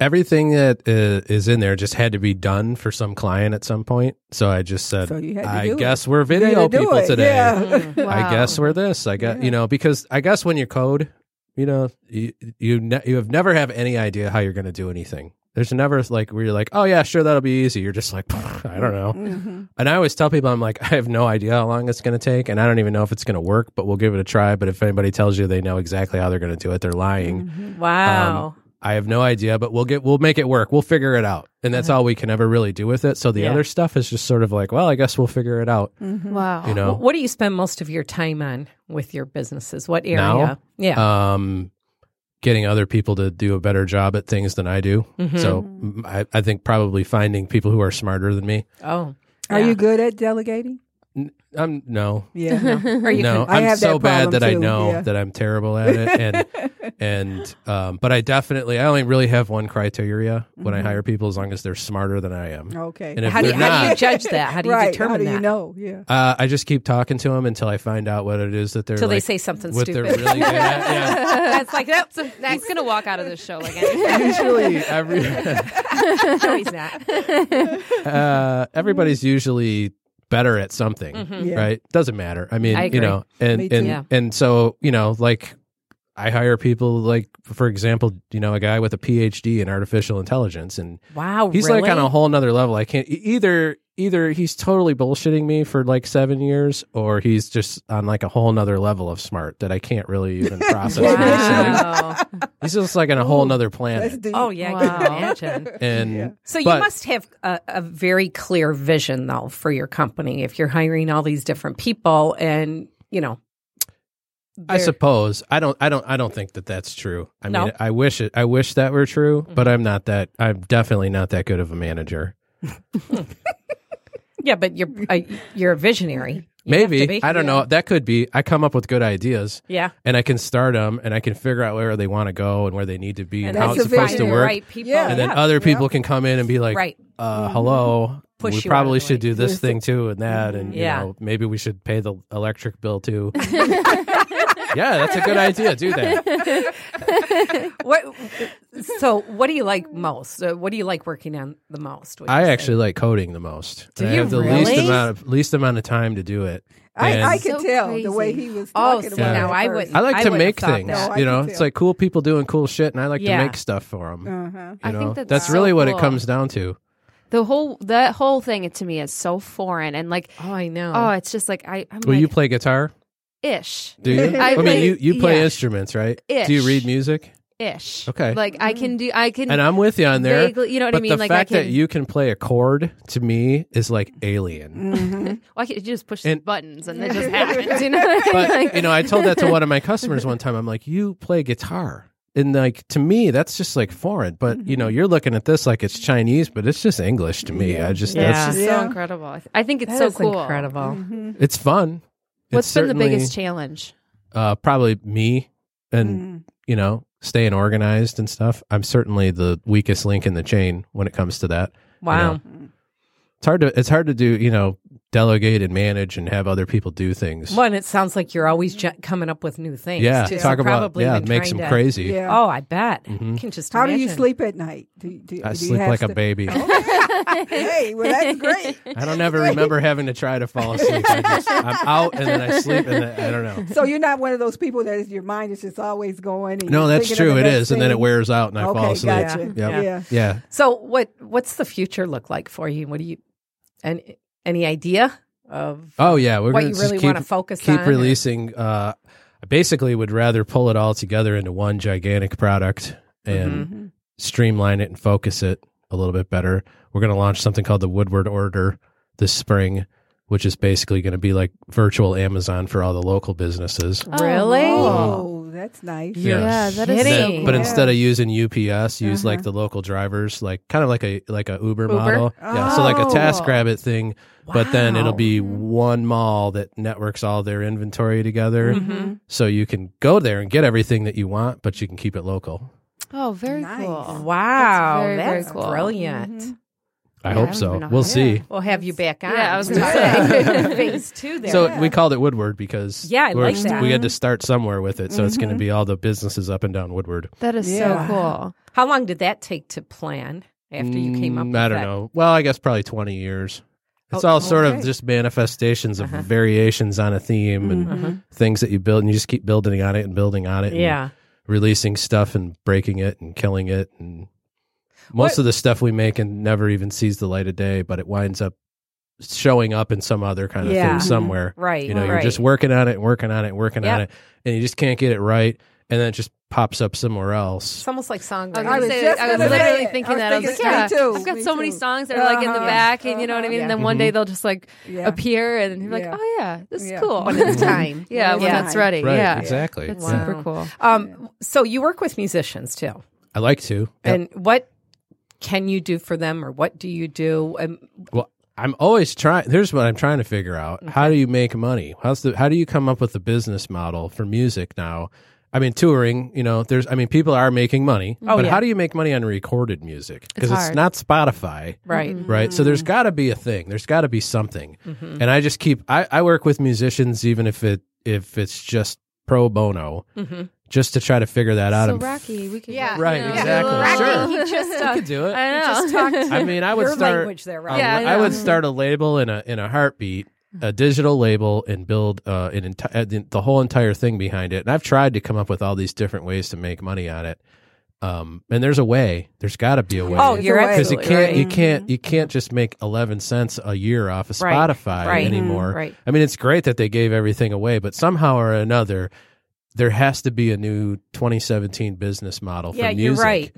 [SPEAKER 7] everything that uh, is in there just had to be done for some client at some point so i just said
[SPEAKER 4] So you had to
[SPEAKER 7] i
[SPEAKER 4] do it.
[SPEAKER 7] guess we're
[SPEAKER 4] You had to
[SPEAKER 7] video
[SPEAKER 4] do
[SPEAKER 7] people
[SPEAKER 4] it,
[SPEAKER 7] today
[SPEAKER 5] Mm-hmm.
[SPEAKER 4] Yeah.
[SPEAKER 6] Wow.
[SPEAKER 7] I guess we're this. I guess you know because I guess when you code, you know, you you, ne- you have never have any idea how you're going to do anything. There's never like where you're like, oh yeah, sure that'll be easy. You're just like, I don't know.
[SPEAKER 5] Mm-hmm.
[SPEAKER 7] And I always tell people, I'm like, I have no idea how long it's going to take, and I don't even know if it's going to work, but we'll give it a try. But if anybody tells you they know exactly how they're going to do it, they're lying.
[SPEAKER 5] Mm-hmm. Mm, Wow.
[SPEAKER 7] Um, I have no idea, but we'll get we'll make it work. We'll figure it out, and that's all we can ever really do with it. So the
[SPEAKER 5] Uh-huh. Yeah.
[SPEAKER 7] other stuff is just sort of like, well, I guess we'll figure it out.
[SPEAKER 6] wow.
[SPEAKER 7] You know,
[SPEAKER 5] Wh- what do you spend most of your time on with your businesses? What area?
[SPEAKER 7] Now?
[SPEAKER 5] Yeah.
[SPEAKER 7] um, getting other people to do a better job at things than I do. So mm, I, I think probably finding people who are smarter than me.
[SPEAKER 5] oh.
[SPEAKER 4] Are
[SPEAKER 5] Yeah.
[SPEAKER 4] you good at delegating?
[SPEAKER 7] I'm Um, no,
[SPEAKER 4] Yeah.
[SPEAKER 5] Are you
[SPEAKER 7] no.
[SPEAKER 4] I
[SPEAKER 7] I'm
[SPEAKER 4] have
[SPEAKER 7] so
[SPEAKER 4] that
[SPEAKER 7] bad
[SPEAKER 4] problem
[SPEAKER 7] that I
[SPEAKER 4] too,
[SPEAKER 7] know
[SPEAKER 4] yeah.
[SPEAKER 7] that I'm terrible at it, and and um, but I definitely I only really have one criteria when I hire people as long as they're smarter than I am.
[SPEAKER 4] Okay.
[SPEAKER 7] And if
[SPEAKER 5] How do, you,
[SPEAKER 7] they're
[SPEAKER 5] how do you
[SPEAKER 7] not,
[SPEAKER 5] judge that? How do you
[SPEAKER 4] right.
[SPEAKER 5] determine
[SPEAKER 4] How do
[SPEAKER 5] that?
[SPEAKER 4] you know? Yeah.
[SPEAKER 7] uh, I just keep talking to them until I find out what it is that they're
[SPEAKER 5] Till they say
[SPEAKER 7] like-
[SPEAKER 5] something
[SPEAKER 7] what they're
[SPEAKER 5] stupid.
[SPEAKER 7] really good at. Yeah.
[SPEAKER 5] That's like nope.
[SPEAKER 6] Zach's gonna walk out of this show again.
[SPEAKER 7] Usually every.
[SPEAKER 5] No, he's not.
[SPEAKER 7] uh, everybody's usually better at something,
[SPEAKER 4] Mm-hmm. Yeah.
[SPEAKER 7] right? Doesn't matter. I mean,
[SPEAKER 5] Mm-hmm. I
[SPEAKER 7] you know, and
[SPEAKER 4] Me too.
[SPEAKER 7] and
[SPEAKER 5] Yeah.
[SPEAKER 7] and so you know, like I hire people, like for example, you know, a guy with a PhD in artificial intelligence, and
[SPEAKER 5] Wow.
[SPEAKER 7] he's
[SPEAKER 5] really?
[SPEAKER 7] like on a whole nother level. I can't e- either. Either he's totally bullshitting me for like seven years, or he's just on like a whole nother level of smart that I can't really even process. what he's saying.
[SPEAKER 5] Wow.
[SPEAKER 7] He's just like on a whole nother
[SPEAKER 4] That's
[SPEAKER 7] planet.
[SPEAKER 4] deep.
[SPEAKER 5] oh yeah, I
[SPEAKER 6] Wow.
[SPEAKER 5] can imagine.
[SPEAKER 7] And
[SPEAKER 5] So you
[SPEAKER 7] but-
[SPEAKER 5] must have a, a very clear vision though for your company if you're hiring all these different people and you know
[SPEAKER 7] I
[SPEAKER 5] They're-
[SPEAKER 7] suppose I don't. I don't. I don't think that that's true. I
[SPEAKER 5] No. Mm-hmm.
[SPEAKER 7] mean, I wish it. I wish that were true, but I'm not that. I'm definitely not that good of a manager.
[SPEAKER 5] yeah, but you're a, you're a visionary. have to
[SPEAKER 7] Maybe
[SPEAKER 5] be.
[SPEAKER 7] I don't know. That could be. I come up with good ideas.
[SPEAKER 5] Yeah.
[SPEAKER 7] and I can start them, and I can figure out where they want to go and where they need to be and,
[SPEAKER 5] then
[SPEAKER 7] how
[SPEAKER 4] that's
[SPEAKER 7] it's
[SPEAKER 4] a
[SPEAKER 7] supposed to
[SPEAKER 4] vision,
[SPEAKER 5] finding the
[SPEAKER 7] work.
[SPEAKER 5] right people.
[SPEAKER 4] Yeah.
[SPEAKER 7] And then other people can come in and be like,
[SPEAKER 5] Right. Mm-hmm.
[SPEAKER 7] uh, hello,
[SPEAKER 5] Push
[SPEAKER 7] we
[SPEAKER 5] you out
[SPEAKER 7] probably
[SPEAKER 5] of the
[SPEAKER 7] should
[SPEAKER 5] way.
[SPEAKER 7] do this thing too and that. And,
[SPEAKER 5] Yeah.
[SPEAKER 7] you know, maybe we should pay the electric bill too. yeah, that's a good idea. Do that.
[SPEAKER 5] what? So, what do you like most? Uh, what do you like working on the most? would you
[SPEAKER 7] I
[SPEAKER 5] say?
[SPEAKER 7] actually like coding the most.
[SPEAKER 5] Do
[SPEAKER 7] I
[SPEAKER 5] you
[SPEAKER 7] have the least
[SPEAKER 5] really?
[SPEAKER 7] amount of least amount of time to do it.
[SPEAKER 4] I,
[SPEAKER 7] And
[SPEAKER 4] I could
[SPEAKER 6] So
[SPEAKER 4] tell the
[SPEAKER 6] crazy.
[SPEAKER 4] way he was
[SPEAKER 5] Oh,
[SPEAKER 4] talking
[SPEAKER 5] so
[SPEAKER 4] about
[SPEAKER 5] now
[SPEAKER 4] it
[SPEAKER 5] I
[SPEAKER 4] first.
[SPEAKER 5] wouldn't.
[SPEAKER 7] I like to
[SPEAKER 5] would've
[SPEAKER 7] make
[SPEAKER 5] thought
[SPEAKER 7] things.
[SPEAKER 5] that.
[SPEAKER 4] No, I
[SPEAKER 7] you know,
[SPEAKER 4] do,
[SPEAKER 7] it's
[SPEAKER 4] too.
[SPEAKER 7] like cool people doing cool shit, and I like
[SPEAKER 5] Yeah.
[SPEAKER 7] to make stuff for them.
[SPEAKER 4] Uh-huh.
[SPEAKER 6] I think that's so
[SPEAKER 7] really what it
[SPEAKER 6] cool.
[SPEAKER 7] comes down to.
[SPEAKER 6] The whole that whole thing to me is so foreign and like
[SPEAKER 5] Oh, I know.
[SPEAKER 6] oh, it's just like I I'm
[SPEAKER 7] Well,
[SPEAKER 6] like,
[SPEAKER 7] you play guitar,
[SPEAKER 6] ish
[SPEAKER 7] do you?
[SPEAKER 6] I
[SPEAKER 7] mean,
[SPEAKER 6] play-
[SPEAKER 7] you, you play
[SPEAKER 6] yeah.
[SPEAKER 7] instruments, right? Do you
[SPEAKER 6] Ish.
[SPEAKER 7] read music?
[SPEAKER 6] ish.
[SPEAKER 7] Okay.
[SPEAKER 6] like I can do I can
[SPEAKER 7] And I'm with you on there.
[SPEAKER 6] vaguely- you know what
[SPEAKER 7] but
[SPEAKER 6] I mean?
[SPEAKER 7] the
[SPEAKER 6] like
[SPEAKER 7] fact
[SPEAKER 6] I can,
[SPEAKER 7] that you can play a chord to me is like alien.
[SPEAKER 6] well, I can you just push
[SPEAKER 7] And-
[SPEAKER 6] buttons and it just happens. You know, Like,
[SPEAKER 7] But you know, I told that to one of my customers one time. I'm like, you play guitar. And like to me, that's just like foreign. But you know, you're looking at this like it's Chinese, but it's just English to me. I just
[SPEAKER 5] Yeah.
[SPEAKER 6] it's
[SPEAKER 7] that's
[SPEAKER 6] so incredible. I th- I think it's
[SPEAKER 5] That
[SPEAKER 6] so
[SPEAKER 5] is
[SPEAKER 6] cool.
[SPEAKER 5] incredible.
[SPEAKER 7] Mm-hmm. it's fun.
[SPEAKER 6] What's
[SPEAKER 7] It's
[SPEAKER 6] been the
[SPEAKER 7] certainly,
[SPEAKER 6] biggest challenge?
[SPEAKER 7] Uh, probably me and you know staying organized and stuff. I'm certainly the weakest link in the chain when it comes to that.
[SPEAKER 5] Wow.
[SPEAKER 7] know. It's hard to it's hard to do you know delegate and manage and have other people do things.
[SPEAKER 5] Well, and it sounds like you're always ju- coming up with new things.
[SPEAKER 7] Yeah,
[SPEAKER 5] too.
[SPEAKER 7] talk
[SPEAKER 5] So
[SPEAKER 7] about
[SPEAKER 5] probably
[SPEAKER 7] yeah,
[SPEAKER 5] even
[SPEAKER 7] makes
[SPEAKER 5] trying
[SPEAKER 7] them
[SPEAKER 5] to-
[SPEAKER 7] crazy.
[SPEAKER 4] Yeah. Mm-hmm.
[SPEAKER 5] Oh, I bet. You can just
[SPEAKER 4] How do you
[SPEAKER 5] imagine.
[SPEAKER 4] sleep at night? Do, you- do, do
[SPEAKER 7] I
[SPEAKER 4] you
[SPEAKER 7] sleep
[SPEAKER 4] have
[SPEAKER 7] like a
[SPEAKER 4] st-
[SPEAKER 7] baby.
[SPEAKER 4] Hey, well, that's great.
[SPEAKER 7] I don't ever remember having to try to fall asleep. I just, I'm out and then I sleep and then, I don't know.
[SPEAKER 4] So you're not one of those people that is, your mind is just always going. And
[SPEAKER 7] No,
[SPEAKER 4] you're
[SPEAKER 7] that's
[SPEAKER 4] thinking of
[SPEAKER 7] true.
[SPEAKER 4] the
[SPEAKER 7] It
[SPEAKER 4] next
[SPEAKER 7] is, and then
[SPEAKER 4] thing.
[SPEAKER 7] it wears out and I
[SPEAKER 4] Okay,
[SPEAKER 7] fall asleep.
[SPEAKER 4] gotcha.
[SPEAKER 7] Yep.
[SPEAKER 4] Yeah.
[SPEAKER 7] Yeah.
[SPEAKER 5] So, what what's the future look like for you? What do you any any idea of?
[SPEAKER 7] Oh yeah, we're
[SPEAKER 5] What
[SPEAKER 7] gonna
[SPEAKER 5] you
[SPEAKER 7] just
[SPEAKER 5] really
[SPEAKER 7] keep,
[SPEAKER 5] wanna focus
[SPEAKER 7] keep
[SPEAKER 5] on.
[SPEAKER 7] releasing. Uh, I basically would rather pull it all together into one gigantic product and
[SPEAKER 4] Mm-hmm.
[SPEAKER 7] streamline it and focus it a little bit better. We're gonna launch something called the Woodward Order this spring, which is basically gonna be like virtual Amazon for all the local businesses.
[SPEAKER 5] Really?
[SPEAKER 4] Oh, that's nice.
[SPEAKER 7] Yeah.
[SPEAKER 6] Yeah, that is
[SPEAKER 5] Kidding.
[SPEAKER 6] so
[SPEAKER 5] Yeah.
[SPEAKER 6] cool.
[SPEAKER 7] But instead of using UPS, use like the local drivers, like kind of like a like a Uber, model. Yeah, so like a TaskRabbit thing, but then it'll be one mall that networks all their inventory together.
[SPEAKER 4] Mm-hmm.
[SPEAKER 7] So you can go there and get everything that you want, but you can keep it local.
[SPEAKER 6] oh, very cool.
[SPEAKER 5] Wow,
[SPEAKER 6] That's very, very
[SPEAKER 5] that's
[SPEAKER 6] cool.
[SPEAKER 5] brilliant.
[SPEAKER 7] I
[SPEAKER 6] I
[SPEAKER 7] hope
[SPEAKER 6] don't
[SPEAKER 7] so.
[SPEAKER 6] even know
[SPEAKER 7] We'll
[SPEAKER 6] how-
[SPEAKER 7] see.
[SPEAKER 5] We'll have you back on.
[SPEAKER 6] Yeah, I was gonna
[SPEAKER 5] say phase two there.
[SPEAKER 7] So we called it Woodward because
[SPEAKER 5] Yeah, I
[SPEAKER 7] we're-
[SPEAKER 5] like that.
[SPEAKER 7] we had to start somewhere with it. So it's going to be all the businesses up and down Woodward.
[SPEAKER 6] That is so cool.
[SPEAKER 5] How long did that take to plan after you came up?
[SPEAKER 7] Mm,
[SPEAKER 5] with
[SPEAKER 7] I don't
[SPEAKER 5] that?
[SPEAKER 7] know. Well, I guess probably 20 years. It's
[SPEAKER 5] Oh, Uh-huh.
[SPEAKER 7] all sort of
[SPEAKER 5] okay.
[SPEAKER 7] just manifestations of variations on a theme and things that you build, and you just keep building on it and building on it. and
[SPEAKER 5] Mm-hmm. Yeah.
[SPEAKER 7] releasing stuff and breaking it and killing it. And most
[SPEAKER 5] What-
[SPEAKER 7] of the stuff we make and never even sees the light of day, but it winds up showing up in some other kind of
[SPEAKER 5] Yeah. Mm-hmm.
[SPEAKER 7] thing somewhere.
[SPEAKER 5] Right,
[SPEAKER 7] You know, you're
[SPEAKER 5] right.
[SPEAKER 7] just working on it and working on it and working on
[SPEAKER 5] Yep.
[SPEAKER 7] it, and you just can't get it right. And then it just pops up somewhere else.
[SPEAKER 5] It's almost like songwriting.
[SPEAKER 4] I was
[SPEAKER 6] say,
[SPEAKER 4] just
[SPEAKER 6] I was
[SPEAKER 4] gonna say
[SPEAKER 6] literally
[SPEAKER 4] it.
[SPEAKER 6] thinking
[SPEAKER 4] I was
[SPEAKER 6] that. I was
[SPEAKER 4] thinking
[SPEAKER 6] like,
[SPEAKER 4] me
[SPEAKER 6] yeah,
[SPEAKER 4] too.
[SPEAKER 6] I've got
[SPEAKER 4] Me
[SPEAKER 6] so many
[SPEAKER 4] too.
[SPEAKER 6] songs that are like in the
[SPEAKER 4] Uh-huh.
[SPEAKER 6] back, and you know what I mean. And then one day they'll just like
[SPEAKER 4] Yeah.
[SPEAKER 6] appear, and you're like,
[SPEAKER 4] Yeah.
[SPEAKER 6] oh yeah, this
[SPEAKER 4] Yeah.
[SPEAKER 6] is cool.
[SPEAKER 5] When it's time.
[SPEAKER 6] yeah, when
[SPEAKER 5] Yeah.
[SPEAKER 6] it's ready.
[SPEAKER 7] Right,
[SPEAKER 6] Yeah, Mm-hmm.
[SPEAKER 7] exactly.
[SPEAKER 6] That's
[SPEAKER 7] Yeah.
[SPEAKER 6] super cool.
[SPEAKER 5] Um, so you work with musicians too,
[SPEAKER 7] I like to. Yep.
[SPEAKER 5] and what can you do for them, or what do you do? Um,
[SPEAKER 7] Well, I'm always trying. Here's what I'm trying to figure out: How do you make money? How's the How do you come up with a business model for music now? I mean, touring. You know, there's. I mean, people are making money, but
[SPEAKER 5] yeah.
[SPEAKER 7] how do you make money on recorded music? Because it's,
[SPEAKER 6] hard.
[SPEAKER 7] not Spotify,
[SPEAKER 5] right.
[SPEAKER 7] right? So there's got to be a thing. There's got to be something. And I just keep. I, I work with musicians, even if it if it's just pro bono, just to try to figure that out.
[SPEAKER 6] So
[SPEAKER 7] and f-
[SPEAKER 6] Rocky, we could
[SPEAKER 5] Yeah.
[SPEAKER 7] Right,
[SPEAKER 6] you know,
[SPEAKER 7] exactly.
[SPEAKER 6] do a little-
[SPEAKER 7] Sure.
[SPEAKER 5] Rocky, he just, uh,
[SPEAKER 7] I could do it.
[SPEAKER 6] I know.
[SPEAKER 5] just talked to
[SPEAKER 7] I mean, I would
[SPEAKER 5] your
[SPEAKER 7] start
[SPEAKER 5] language there, right?
[SPEAKER 7] a-
[SPEAKER 6] Yeah, I
[SPEAKER 7] Um, I, would
[SPEAKER 6] know.
[SPEAKER 7] start a label in a in a heartbeat, a
[SPEAKER 5] Mm-hmm.
[SPEAKER 7] digital label, and build uh, an entire the whole entire thing behind it. And I've tried to come up with all these different ways to make money on it. Um, and there's a way. There's got to be a way.
[SPEAKER 5] Oh, you're
[SPEAKER 4] It's a way.
[SPEAKER 7] because you
[SPEAKER 5] absolutely
[SPEAKER 7] can't
[SPEAKER 5] right. Mm-hmm.
[SPEAKER 7] you can't you can't just make eleven cents a year off of
[SPEAKER 5] Right,
[SPEAKER 7] Spotify
[SPEAKER 5] right, Mm-hmm,
[SPEAKER 7] anymore.
[SPEAKER 5] right.
[SPEAKER 7] I mean, it's great that they gave everything away, but somehow or another, there has to be a new 2017 business model for
[SPEAKER 5] Yeah,
[SPEAKER 7] music
[SPEAKER 5] you're right.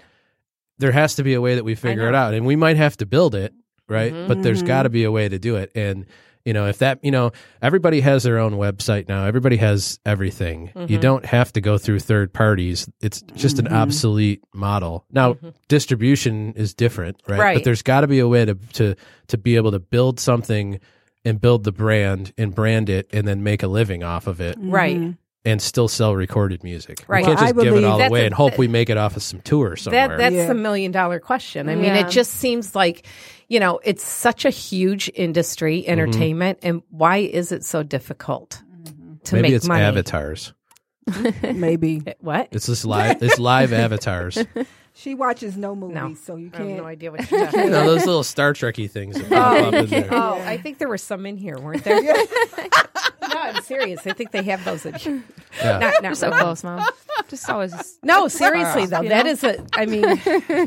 [SPEAKER 7] there has to be a way that we figure it out and we might have to build it right but there's
[SPEAKER 5] Mm-hmm.
[SPEAKER 7] got to be a way to do it and you know if that you know everybody has their own website now everybody has everything
[SPEAKER 5] Mm-hmm.
[SPEAKER 7] you don't have to go through third parties it's just an obsolete model now distribution is different right,
[SPEAKER 5] Mm-hmm. Right.
[SPEAKER 7] but there's got to be a way to to to be able to build something and build the brand and brand it and then make a living off of it
[SPEAKER 5] Right.
[SPEAKER 7] and still sell recorded music.
[SPEAKER 5] Mm. Right.
[SPEAKER 7] We can't
[SPEAKER 4] Well,
[SPEAKER 7] just
[SPEAKER 4] I
[SPEAKER 7] give it
[SPEAKER 4] believe
[SPEAKER 7] all
[SPEAKER 5] that's
[SPEAKER 7] away
[SPEAKER 5] a-
[SPEAKER 7] and hope we make it off of some tour somewhere.
[SPEAKER 5] That that's
[SPEAKER 4] Yeah.
[SPEAKER 5] the million dollar question. I mean,
[SPEAKER 6] Yeah.
[SPEAKER 5] it just seems like you know it's such a huge
[SPEAKER 7] Mm-hmm.
[SPEAKER 5] industry, entertainment, and why is it so difficult to
[SPEAKER 7] Maybe
[SPEAKER 5] make
[SPEAKER 7] it's
[SPEAKER 5] money?
[SPEAKER 7] avatars.
[SPEAKER 4] Maybe
[SPEAKER 5] What?
[SPEAKER 7] It's this live. it's live avatars. You
[SPEAKER 4] she watches no movies,
[SPEAKER 5] No.
[SPEAKER 4] so you
[SPEAKER 5] I have
[SPEAKER 4] can't.
[SPEAKER 5] no idea what you're talking
[SPEAKER 7] know those little Star Trekky things that pop up in there.
[SPEAKER 5] Oh, I think there were some in here, weren't there? no, I'm serious. I think they have those in here.
[SPEAKER 7] Yeah.
[SPEAKER 5] Not, not
[SPEAKER 6] so
[SPEAKER 5] really.
[SPEAKER 6] close, mom. Just always.
[SPEAKER 5] No, seriously though, that is a. I mean,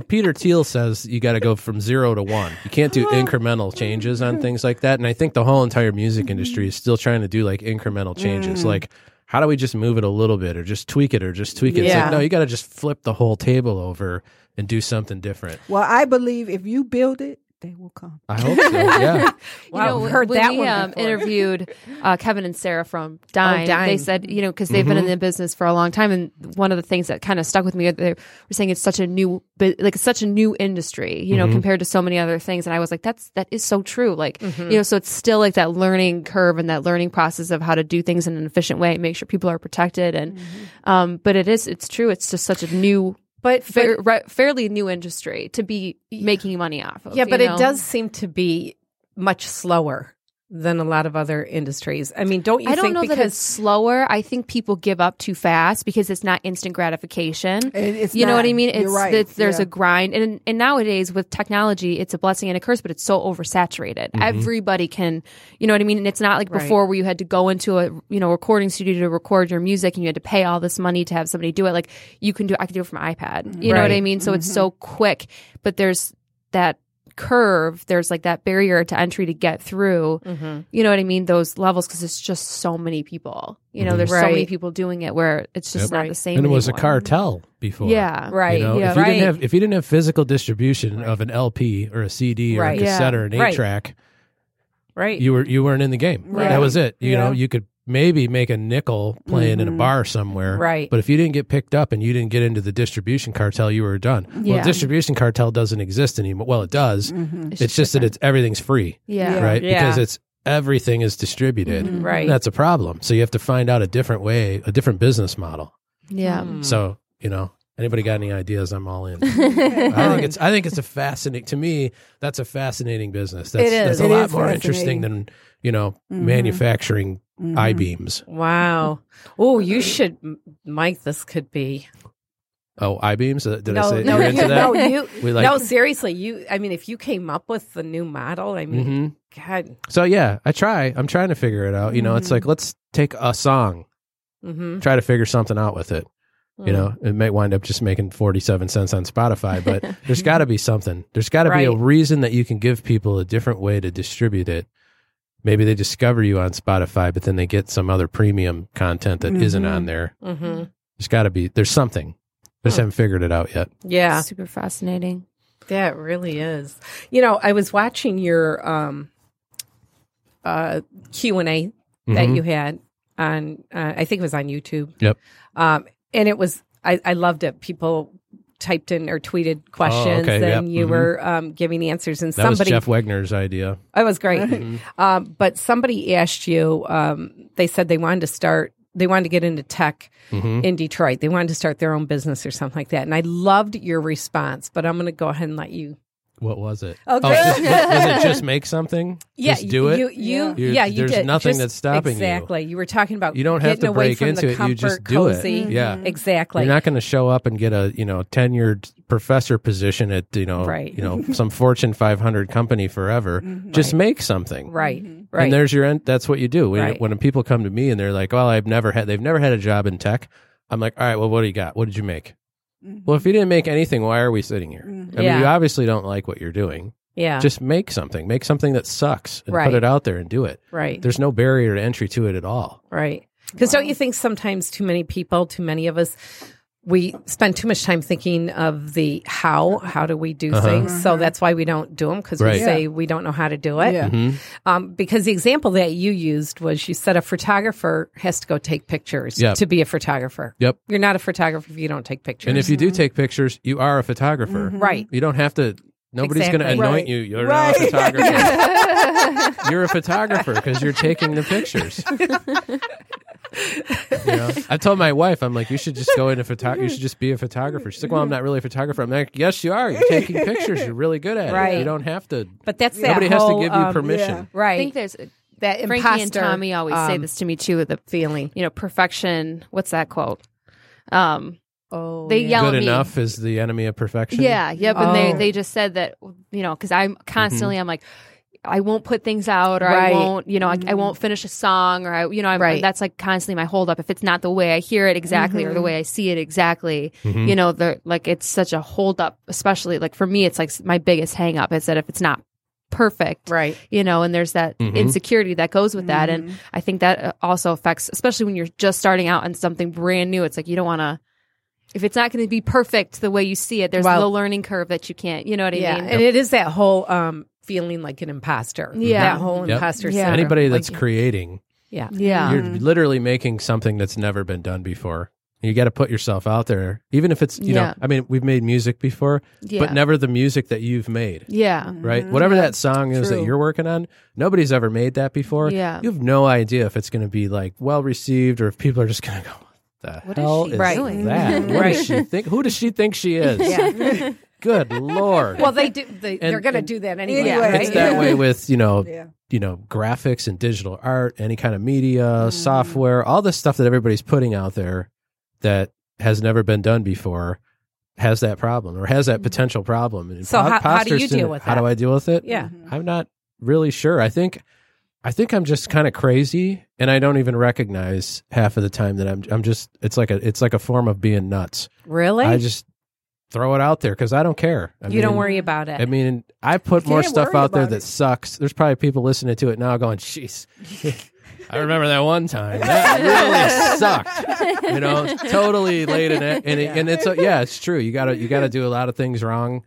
[SPEAKER 7] Peter Thiel says you got to go from zero to one. You can't do incremental changes on things like that. And I think the whole entire
[SPEAKER 5] Mm-hmm.
[SPEAKER 7] music industry is still trying to do like incremental
[SPEAKER 5] Mm.
[SPEAKER 7] changes. Like, how do we just move it a little bit or just tweak it or just tweak it? It's
[SPEAKER 5] Yeah.
[SPEAKER 7] like, no, you got to just flip the whole table over and do something different.
[SPEAKER 4] Well, I believe if you build it, they will come.
[SPEAKER 7] I hope so. Yeah.
[SPEAKER 5] wow,
[SPEAKER 6] you know,
[SPEAKER 5] heard
[SPEAKER 6] when
[SPEAKER 5] that
[SPEAKER 6] we,
[SPEAKER 5] one
[SPEAKER 6] um,
[SPEAKER 5] before.
[SPEAKER 6] interviewed uh, Kevin and Sarah from Dime,
[SPEAKER 5] Oh, Mm-hmm. Dime.
[SPEAKER 6] They said, you know, because they've been in the business for a long time, and one of the things that kind of stuck with me, they were saying it's such a new, bu- like it's such a new industry, you know,
[SPEAKER 5] Mm-hmm.
[SPEAKER 6] compared to so many other things, and I was like, that's that is so true, like
[SPEAKER 5] Mm-hmm.
[SPEAKER 6] you know, so it's still like that learning curve and that learning process of how to do things in an efficient way, make sure people are protected, and um, but it is, it's true, it's just such a new.
[SPEAKER 5] Mm-hmm. But-
[SPEAKER 6] fair, re- fairly new industry to be making money off of.
[SPEAKER 5] Yeah,
[SPEAKER 6] you
[SPEAKER 5] but
[SPEAKER 6] know?
[SPEAKER 5] it does seem to be much slower than a lot of other industries. I mean, don't you
[SPEAKER 6] I don't
[SPEAKER 5] think
[SPEAKER 6] know
[SPEAKER 5] because
[SPEAKER 6] that it's slower. I think people give up too fast because it's not instant gratification.
[SPEAKER 4] It- it's
[SPEAKER 6] you know what
[SPEAKER 4] not.
[SPEAKER 6] I mean?
[SPEAKER 4] You're
[SPEAKER 6] It's,
[SPEAKER 4] right.
[SPEAKER 6] it's- there's
[SPEAKER 4] Yeah.
[SPEAKER 6] a grind, and and nowadays with technology, it's a blessing and a curse, but it's so oversaturated.
[SPEAKER 7] Mm-hmm.
[SPEAKER 6] Everybody can, you know what I mean? And it's not like before where you had to go into a you know recording studio to record your music and you had to pay all this money to have somebody do it. Like you can do, I can do it from iPad. You know what I
[SPEAKER 5] Right.
[SPEAKER 6] mean? So
[SPEAKER 7] Mm-hmm.
[SPEAKER 6] it's so quick, but there's that curve there's like that barrier to entry to get through
[SPEAKER 7] Mm-hmm.
[SPEAKER 6] you know what i mean those levels because it's just so many people you know there's so many
[SPEAKER 5] Right.
[SPEAKER 6] people doing it where it's just
[SPEAKER 7] Mm-hmm. Yep.
[SPEAKER 6] not the same
[SPEAKER 7] and it was a
[SPEAKER 6] anymore.
[SPEAKER 7] cartel before.
[SPEAKER 6] yeah
[SPEAKER 5] right?
[SPEAKER 7] You know,
[SPEAKER 6] Yeah.
[SPEAKER 7] if you
[SPEAKER 5] right.
[SPEAKER 7] didn't have if you didn't have physical distribution of an LP or a CD or
[SPEAKER 5] Right.
[SPEAKER 7] a cassette
[SPEAKER 6] Yeah.
[SPEAKER 7] or an eight
[SPEAKER 5] Right.
[SPEAKER 7] track,
[SPEAKER 5] right.
[SPEAKER 7] you were you weren't in the game.
[SPEAKER 4] Right.
[SPEAKER 7] That was it. You
[SPEAKER 4] Yeah.
[SPEAKER 7] know, you could maybe make a nickel playing in a bar somewhere.
[SPEAKER 5] Mm-hmm. Right.
[SPEAKER 7] But if you didn't get picked up and you didn't get into the distribution cartel, you were done. Well,
[SPEAKER 6] Yeah.
[SPEAKER 7] distribution cartel doesn't exist anymore. Well, it does. It's, just that it's everything's free,
[SPEAKER 6] yeah
[SPEAKER 7] right?
[SPEAKER 5] Mm-hmm. Yeah. Mm-hmm.
[SPEAKER 7] Because it's everything is distributed.
[SPEAKER 6] Mm-hmm.
[SPEAKER 5] Right.
[SPEAKER 7] That's a problem. So you have to find out a different way, a different business model.
[SPEAKER 6] yeah
[SPEAKER 5] Mm.
[SPEAKER 7] So, you know, anybody got any ideas? I'm all in. I think it's I think it's a fascinating to me, that's a fascinating business. That's
[SPEAKER 5] It is. Mm-hmm.
[SPEAKER 7] that's a
[SPEAKER 5] It
[SPEAKER 7] lot
[SPEAKER 4] is
[SPEAKER 7] more interesting
[SPEAKER 4] fascinating.
[SPEAKER 7] than, you know, manufacturing
[SPEAKER 5] Mm-hmm.
[SPEAKER 7] I beams.
[SPEAKER 5] Wow. Oh, you should, M- Mike. This could be.
[SPEAKER 7] Oh, I beams? Did I
[SPEAKER 5] No,
[SPEAKER 7] say
[SPEAKER 5] no,
[SPEAKER 7] you're
[SPEAKER 5] you-
[SPEAKER 7] into
[SPEAKER 5] no,
[SPEAKER 7] that?
[SPEAKER 5] you.
[SPEAKER 7] We like-
[SPEAKER 5] no, seriously, you. I mean, if you came up with the new model, I mean,
[SPEAKER 7] hmm
[SPEAKER 5] God.
[SPEAKER 7] So yeah, I try. I'm trying to figure it out. You know,
[SPEAKER 5] Mm-hmm.
[SPEAKER 7] it's like let's take a song,
[SPEAKER 6] Mm-hmm.
[SPEAKER 5] hmm
[SPEAKER 7] try to figure something out with it.
[SPEAKER 5] Mm.
[SPEAKER 7] You know, it may wind up just making 47 cents on Spotify, but there's got to be something. There's got to be a
[SPEAKER 5] Right.
[SPEAKER 7] reason that you can give people a different way to distribute it. Maybe they discover you on Spotify, but then they get some other premium content that not on there.
[SPEAKER 5] hmm
[SPEAKER 7] There's got to be, there's something. I just haven't figured it out yet.
[SPEAKER 5] Yeah.
[SPEAKER 6] super fascinating
[SPEAKER 5] That really is. You know, I was watching your um, uh, Q and A that
[SPEAKER 7] Mhm.
[SPEAKER 5] you had on. Uh, I think it was on YouTube.
[SPEAKER 7] Yep.
[SPEAKER 5] Um, and it was. I, I loved it. People typed in or tweeted questions,
[SPEAKER 7] Oh, okay,
[SPEAKER 5] and
[SPEAKER 7] yep,
[SPEAKER 5] you
[SPEAKER 7] mhm.
[SPEAKER 5] were um, giving answers. And
[SPEAKER 7] That
[SPEAKER 5] somebody,
[SPEAKER 7] was Jeff Mm-hmm. Wegner's idea.
[SPEAKER 5] it was great. Um, but somebody asked you. Um, they said they wanted to start. They wanted to get into tech
[SPEAKER 7] Mm-hmm.
[SPEAKER 5] in Detroit. They wanted to start their own business or something like that. And I loved your response. But I'm going to go ahead and let you
[SPEAKER 7] What was it?
[SPEAKER 5] Okay.
[SPEAKER 7] Oh, just, was it just make something?
[SPEAKER 5] Yeah,
[SPEAKER 7] just do it?
[SPEAKER 5] You, you,
[SPEAKER 7] You-
[SPEAKER 5] yeah, you
[SPEAKER 7] there's
[SPEAKER 5] did.
[SPEAKER 7] nothing
[SPEAKER 5] Just-
[SPEAKER 7] that's stopping you.
[SPEAKER 5] exactly. You were talking about
[SPEAKER 7] You don't have
[SPEAKER 5] getting
[SPEAKER 7] to
[SPEAKER 5] away
[SPEAKER 7] break
[SPEAKER 5] from
[SPEAKER 7] into
[SPEAKER 5] the
[SPEAKER 7] it. You just
[SPEAKER 5] comfort,
[SPEAKER 7] do it.
[SPEAKER 5] cozy.
[SPEAKER 6] Mm-hmm.
[SPEAKER 7] Yeah.
[SPEAKER 5] exactly.
[SPEAKER 7] You're not going to show up and get a you know tenured professor position at you know
[SPEAKER 5] Right. Mm-hmm.
[SPEAKER 7] you know some Fortune 500 company forever. Just make something,
[SPEAKER 5] right,
[SPEAKER 6] Mm-hmm.
[SPEAKER 5] right.
[SPEAKER 7] And there's your end. That's what you do. When,
[SPEAKER 5] Right.
[SPEAKER 7] when people come to me and they're like, "Well, I've never had. They've never had a job in tech." I'm like, "All right, well, what do you got? What did you make?" Well, if you didn't make anything, why are we sitting here? I mean,
[SPEAKER 5] Mm-hmm. Yeah.
[SPEAKER 7] you obviously don't like what you're doing.
[SPEAKER 5] yeah,
[SPEAKER 7] Just make something. Make something that sucks and
[SPEAKER 5] Right.
[SPEAKER 7] put it out there and do it.
[SPEAKER 5] right,
[SPEAKER 7] There's no barrier to entry to it at all.
[SPEAKER 5] right. Because don't you think sometimes too many people, too many of us, we spend too much time thinking of the how. How do we
[SPEAKER 7] Uh-huh.
[SPEAKER 5] do things?
[SPEAKER 6] Mm-hmm.
[SPEAKER 5] So that's why we don't do them because
[SPEAKER 7] Right.
[SPEAKER 5] we say we don't know how to do it.
[SPEAKER 4] Yeah.
[SPEAKER 5] Um, because the example that you used was you said a photographer has to go take pictures
[SPEAKER 7] Yep.
[SPEAKER 5] to be a photographer.
[SPEAKER 7] Yep.
[SPEAKER 5] You're not a photographer if you don't take pictures. Mm-hmm.
[SPEAKER 7] And if you do take pictures, you are a photographer.
[SPEAKER 5] right.
[SPEAKER 7] You don't have to Nobody's going to
[SPEAKER 6] Exactly.
[SPEAKER 7] anoint
[SPEAKER 4] Right.
[SPEAKER 7] you. You're
[SPEAKER 4] Right.
[SPEAKER 7] not a photographer. you're a photographer because you're taking the pictures. You know? I told my wife, I'm like, you should just go into photography. You should just be a photographer. She's like, well, I'm not really a photographer. I'm like, yes, you are. You're taking pictures. You're really good at it.
[SPEAKER 5] Right.
[SPEAKER 7] You don't have to.
[SPEAKER 5] But that's that
[SPEAKER 7] Nobody has to
[SPEAKER 5] whole,
[SPEAKER 7] give you
[SPEAKER 5] um,
[SPEAKER 7] permission.
[SPEAKER 4] yeah.
[SPEAKER 5] Right.
[SPEAKER 6] I think there's
[SPEAKER 5] that
[SPEAKER 6] Frankie and
[SPEAKER 5] imposter,
[SPEAKER 6] Tommy always say
[SPEAKER 5] um,
[SPEAKER 6] this to me too. With the
[SPEAKER 5] feeling.
[SPEAKER 6] you know perfection. What's that quote? Um,
[SPEAKER 5] Oh,
[SPEAKER 6] they yell
[SPEAKER 7] Good
[SPEAKER 6] at me.
[SPEAKER 7] enough is the enemy of perfection.
[SPEAKER 6] Yeah, yep. And they
[SPEAKER 5] Oh. Mm-hmm.
[SPEAKER 6] they just said that you know because I'm constantly I'm like. I won't put things out, or
[SPEAKER 5] Right. Mm.
[SPEAKER 6] I won't, you know, I, I won't finish a song, or I, you know, I'm,
[SPEAKER 5] Right.
[SPEAKER 6] that's like constantly my hold up. If it's not the way I hear it exactly
[SPEAKER 5] Mm-hmm.
[SPEAKER 6] or the way I see it exactly, you know, the like it's such a hold up. Especially like for me, it's like s- my biggest hang up is that if it's not perfect,
[SPEAKER 5] Right.
[SPEAKER 6] you know, and there's that
[SPEAKER 7] Mm-hmm.
[SPEAKER 6] insecurity that goes with that,
[SPEAKER 5] Mm-hmm.
[SPEAKER 6] and I think that uh, also affects, especially when you're just starting out on something brand new. It's like you don't want to. If it's not going to be perfect the way you see it, there's
[SPEAKER 5] Well-
[SPEAKER 6] the learning curve that you can't. You know what I
[SPEAKER 5] yeah.
[SPEAKER 6] mean?
[SPEAKER 5] And it is that whole um, feeling like an imposter.
[SPEAKER 6] Yeah.
[SPEAKER 5] That whole
[SPEAKER 7] Yep.
[SPEAKER 5] imposter
[SPEAKER 4] Yeah.
[SPEAKER 5] syndrome.
[SPEAKER 7] Anybody that's
[SPEAKER 5] Like,
[SPEAKER 7] creating,
[SPEAKER 5] yeah.
[SPEAKER 6] yeah,
[SPEAKER 7] you're literally making something that's never been done before. You got to put yourself out there, even if it's you
[SPEAKER 6] Yeah.
[SPEAKER 7] know. I mean, we've made music before,
[SPEAKER 6] Yeah. Mm-hmm.
[SPEAKER 7] but never the music that you've made.
[SPEAKER 5] Mm.
[SPEAKER 6] yeah,
[SPEAKER 7] Mm-hmm. right? Whatever that song is that
[SPEAKER 5] True.
[SPEAKER 7] you're working on, nobody's ever made that before.
[SPEAKER 6] Yeah.
[SPEAKER 7] You have no idea if it's going to be like well received or if people are just going to go, what the
[SPEAKER 6] What is
[SPEAKER 7] hell
[SPEAKER 6] she
[SPEAKER 7] is
[SPEAKER 6] doing?"
[SPEAKER 7] that? What
[SPEAKER 5] Right.
[SPEAKER 7] does she think? Who does she think she is? Good Lord.
[SPEAKER 5] Well, they do. They, they're
[SPEAKER 7] And-
[SPEAKER 5] going to
[SPEAKER 7] and-
[SPEAKER 5] do that anyway.
[SPEAKER 4] Anyway.
[SPEAKER 5] right?
[SPEAKER 7] it's that way with, you know,
[SPEAKER 4] Yeah.
[SPEAKER 7] you know, graphics and digital art, any kind of media,
[SPEAKER 5] Mm-hmm.
[SPEAKER 7] software, all this stuff that everybody's putting out there that has never been done before has that problem or has that potential problem. And
[SPEAKER 5] Mm-hmm. So
[SPEAKER 7] impo-
[SPEAKER 5] how- how do
[SPEAKER 7] imposter
[SPEAKER 5] you deal
[SPEAKER 7] syndrome-
[SPEAKER 5] with
[SPEAKER 7] How do
[SPEAKER 5] that?
[SPEAKER 7] I deal with it?
[SPEAKER 5] Yeah. Mm-hmm.
[SPEAKER 7] I'm not really sure. I think I think I'm just kind of crazy and I don't even recognize half of the time that I'm I'm just it's like a it's like a form of being nuts.
[SPEAKER 5] Really?
[SPEAKER 7] I just throw it out there cuz I don't care. I
[SPEAKER 5] you don't worry about it.
[SPEAKER 7] I mean, I put more
[SPEAKER 4] can't
[SPEAKER 7] stuff
[SPEAKER 4] worry
[SPEAKER 7] out there
[SPEAKER 4] about
[SPEAKER 7] that
[SPEAKER 4] it.
[SPEAKER 7] sucks. There's probably people listening to it now going, "Jeez, I remember that one time. That really sucked." You know, totally laid in it, and, it, and it's uh, yeah, it's true. You gotta you gotta do a lot of things wrong.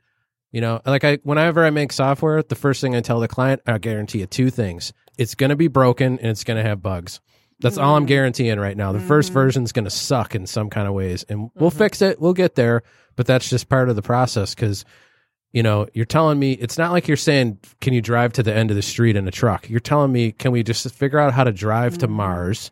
[SPEAKER 7] You know, like I whenever I make software, the first thing I tell the client, I guarantee you two things: it's gonna be broken and it's gonna have bugs. That's all
[SPEAKER 4] Mm.
[SPEAKER 7] I'm guaranteeing right now. The first version's going to suck in some kind of ways, and we'll fix it. We'll get there, but that's just part of the process because you know, you're telling me it's not like you're saying, can you drive to the end of the street in a truck? You're telling me, can we just figure out how to drive to Mars,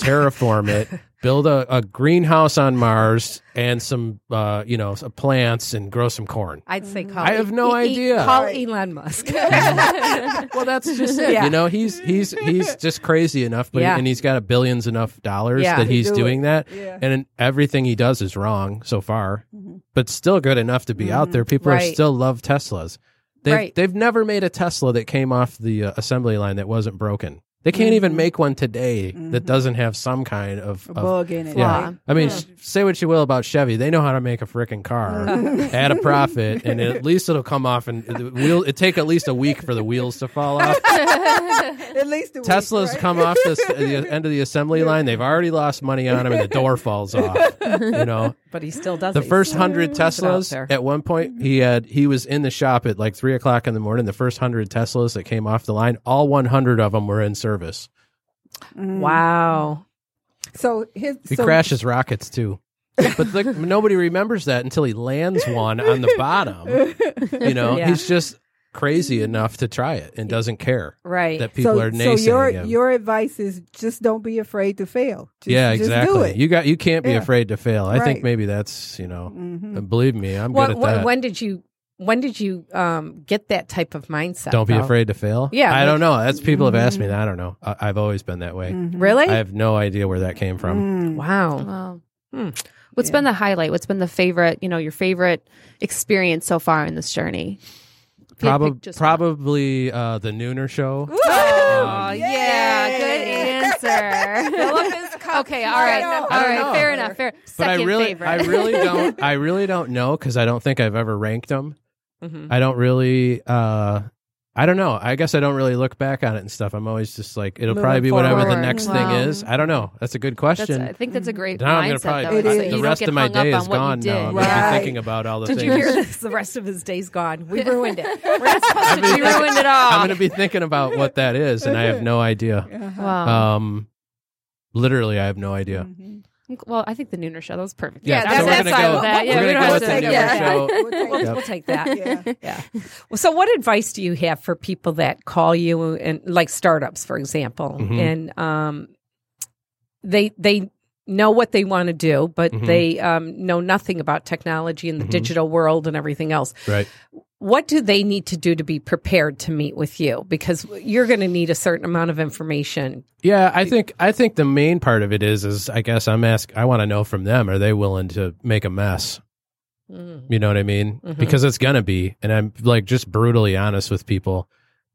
[SPEAKER 7] terraform it, build a, a greenhouse on Mars, and some, uh, you know, some plants and grow some corn.
[SPEAKER 5] I'd say
[SPEAKER 6] Mm.
[SPEAKER 5] call. E-
[SPEAKER 7] I have no idea.
[SPEAKER 5] Call Elon Musk.
[SPEAKER 7] Well, that's just it. You know, he's he's he's just crazy enough, but
[SPEAKER 5] Yeah.
[SPEAKER 7] and he's got a billions enough dollars
[SPEAKER 5] Yeah.
[SPEAKER 7] that
[SPEAKER 5] To
[SPEAKER 7] he's
[SPEAKER 4] do
[SPEAKER 7] doing that,
[SPEAKER 4] Yeah.
[SPEAKER 7] and everything he does is wrong so far, but still good enough to be out there. People
[SPEAKER 5] Mm-hmm. Right.
[SPEAKER 7] are still love Teslas. They've,
[SPEAKER 5] Right.
[SPEAKER 7] they've never made a Tesla that came off the uh, assembly line that wasn't broken. They
[SPEAKER 5] Mm-hmm.
[SPEAKER 7] can't even make one today that doesn't have some kind of,
[SPEAKER 4] A
[SPEAKER 7] of
[SPEAKER 4] bug in it.
[SPEAKER 7] yeah.
[SPEAKER 4] right?
[SPEAKER 7] I mean, sh say what you will about Chevy. They know how to make a freaking car at a profit, and at least it'll come off and the wheel. It take at least a week for the wheels to fall off.
[SPEAKER 4] At least the
[SPEAKER 7] Tesla's
[SPEAKER 4] week, right?
[SPEAKER 7] come off this, the end of the assembly line. They've already lost money on them, and the door falls off. You know,
[SPEAKER 5] but he still does.
[SPEAKER 7] the
[SPEAKER 5] it.
[SPEAKER 7] first hundred
[SPEAKER 5] it out
[SPEAKER 7] Teslas
[SPEAKER 5] there.
[SPEAKER 7] at one point he had he was in the shop at like three o'clock in the morning. The first hundred Teslas that came off the line, all one hundred of them were in service.
[SPEAKER 5] Wow.
[SPEAKER 4] So his
[SPEAKER 7] He
[SPEAKER 4] so
[SPEAKER 7] crashes rockets too. but like, nobody remembers that until he lands one on the bottom. You know,
[SPEAKER 5] Yeah.
[SPEAKER 7] he's just crazy enough to try it and doesn't care
[SPEAKER 5] Right.
[SPEAKER 7] that people
[SPEAKER 4] so,
[SPEAKER 7] are
[SPEAKER 4] so
[SPEAKER 7] naysaying
[SPEAKER 4] your
[SPEAKER 7] him.
[SPEAKER 4] your advice is just don't be afraid to fail. Just,
[SPEAKER 7] yeah,
[SPEAKER 4] just
[SPEAKER 7] exactly.
[SPEAKER 4] do it.
[SPEAKER 7] You got you can't be
[SPEAKER 4] Yeah.
[SPEAKER 7] afraid to fail. I
[SPEAKER 4] Right. Mm-hmm.
[SPEAKER 7] think maybe that's you know, and believe me, I'm
[SPEAKER 5] Wha-
[SPEAKER 7] good at
[SPEAKER 5] wha-
[SPEAKER 7] that.
[SPEAKER 5] when did you? When did you um, get that type of mindset?
[SPEAKER 7] don't be
[SPEAKER 5] though?
[SPEAKER 7] afraid to fail.
[SPEAKER 5] Yeah,
[SPEAKER 7] I
[SPEAKER 5] like-
[SPEAKER 7] don't know. That's people have asked me
[SPEAKER 4] Mm-hmm.
[SPEAKER 7] that. I don't know. I, I've always been that way.
[SPEAKER 5] Really?
[SPEAKER 7] I have no idea where that came
[SPEAKER 4] Mm-hmm.
[SPEAKER 7] from.
[SPEAKER 5] wow.
[SPEAKER 6] Wow.
[SPEAKER 7] Hmm.
[SPEAKER 6] What's been the highlight? What's been the favorite? You know, your favorite experience so far in this journey? If you had picked
[SPEAKER 7] Probably,
[SPEAKER 6] just
[SPEAKER 7] probably uh, the Nooner Show.
[SPEAKER 6] Oh, yeah, good answer. okay, all right, all right, fair enough. Fair.
[SPEAKER 7] but I
[SPEAKER 6] Second
[SPEAKER 7] really,
[SPEAKER 6] favorite.
[SPEAKER 7] I really don't, I really don't know because I don't think I've ever ranked them.
[SPEAKER 6] Mm-hmm.
[SPEAKER 7] I don't really, uh, I don't know. I guess I don't really look back on it and stuff. I'm always just like, it'll probably be whatever the
[SPEAKER 6] forward.
[SPEAKER 7] next
[SPEAKER 6] Wow.
[SPEAKER 7] thing is. I don't know. That's a good
[SPEAKER 6] That's,
[SPEAKER 7] question.
[SPEAKER 6] I think that's a great
[SPEAKER 7] now I'm gonna
[SPEAKER 6] mindset.
[SPEAKER 7] probably
[SPEAKER 6] though.
[SPEAKER 4] It
[SPEAKER 6] so
[SPEAKER 4] is.
[SPEAKER 6] you
[SPEAKER 7] the
[SPEAKER 6] don't
[SPEAKER 7] rest
[SPEAKER 6] get
[SPEAKER 7] of my
[SPEAKER 6] hung up
[SPEAKER 7] day
[SPEAKER 6] on
[SPEAKER 7] is
[SPEAKER 6] what you
[SPEAKER 7] gone
[SPEAKER 6] did.
[SPEAKER 7] now. I'm
[SPEAKER 4] Right.
[SPEAKER 7] gonna be thinking about all the
[SPEAKER 5] Did
[SPEAKER 7] things.
[SPEAKER 5] you hear this? The rest of his day's gone. We ruined it. We're not supposed
[SPEAKER 7] I'm
[SPEAKER 5] to
[SPEAKER 7] gonna
[SPEAKER 5] do
[SPEAKER 7] be
[SPEAKER 6] You ruined it all.
[SPEAKER 7] I'm gonna be thinking about what that is, and I have no idea.
[SPEAKER 6] Wow. Mm.
[SPEAKER 7] Um, literally, I have no idea.
[SPEAKER 6] Well, I think the Nooner Show. That was perfect.
[SPEAKER 7] Yeah,
[SPEAKER 8] Yeah, that's-
[SPEAKER 7] so we're
[SPEAKER 8] that's
[SPEAKER 7] gonna
[SPEAKER 8] fine. We'll-
[SPEAKER 7] go.
[SPEAKER 8] we'll-
[SPEAKER 6] we'll
[SPEAKER 7] we're gonna
[SPEAKER 6] go
[SPEAKER 7] go
[SPEAKER 6] with
[SPEAKER 7] with
[SPEAKER 6] it.
[SPEAKER 7] the Nooner
[SPEAKER 6] Yeah.
[SPEAKER 7] Show.
[SPEAKER 5] We'll,
[SPEAKER 7] Yep.
[SPEAKER 5] we'll take that. yeah. Well, so what advice do you have for people that call you and like startups, for example,
[SPEAKER 7] Mm-hmm.
[SPEAKER 5] and um, they they know what they want to do, but
[SPEAKER 7] Mm-hmm.
[SPEAKER 5] they um, know nothing about technology and the digital world and everything else.
[SPEAKER 7] Right.
[SPEAKER 5] What do they need to do to be prepared to meet with you? Because you're going to need a certain amount of information.
[SPEAKER 7] Yeah, I think I think the main part of it is is I guess I'm ask I want to know from them are they willing to make a mess? You know what I mean? Because it's gonna be, and I'm like just brutally honest with people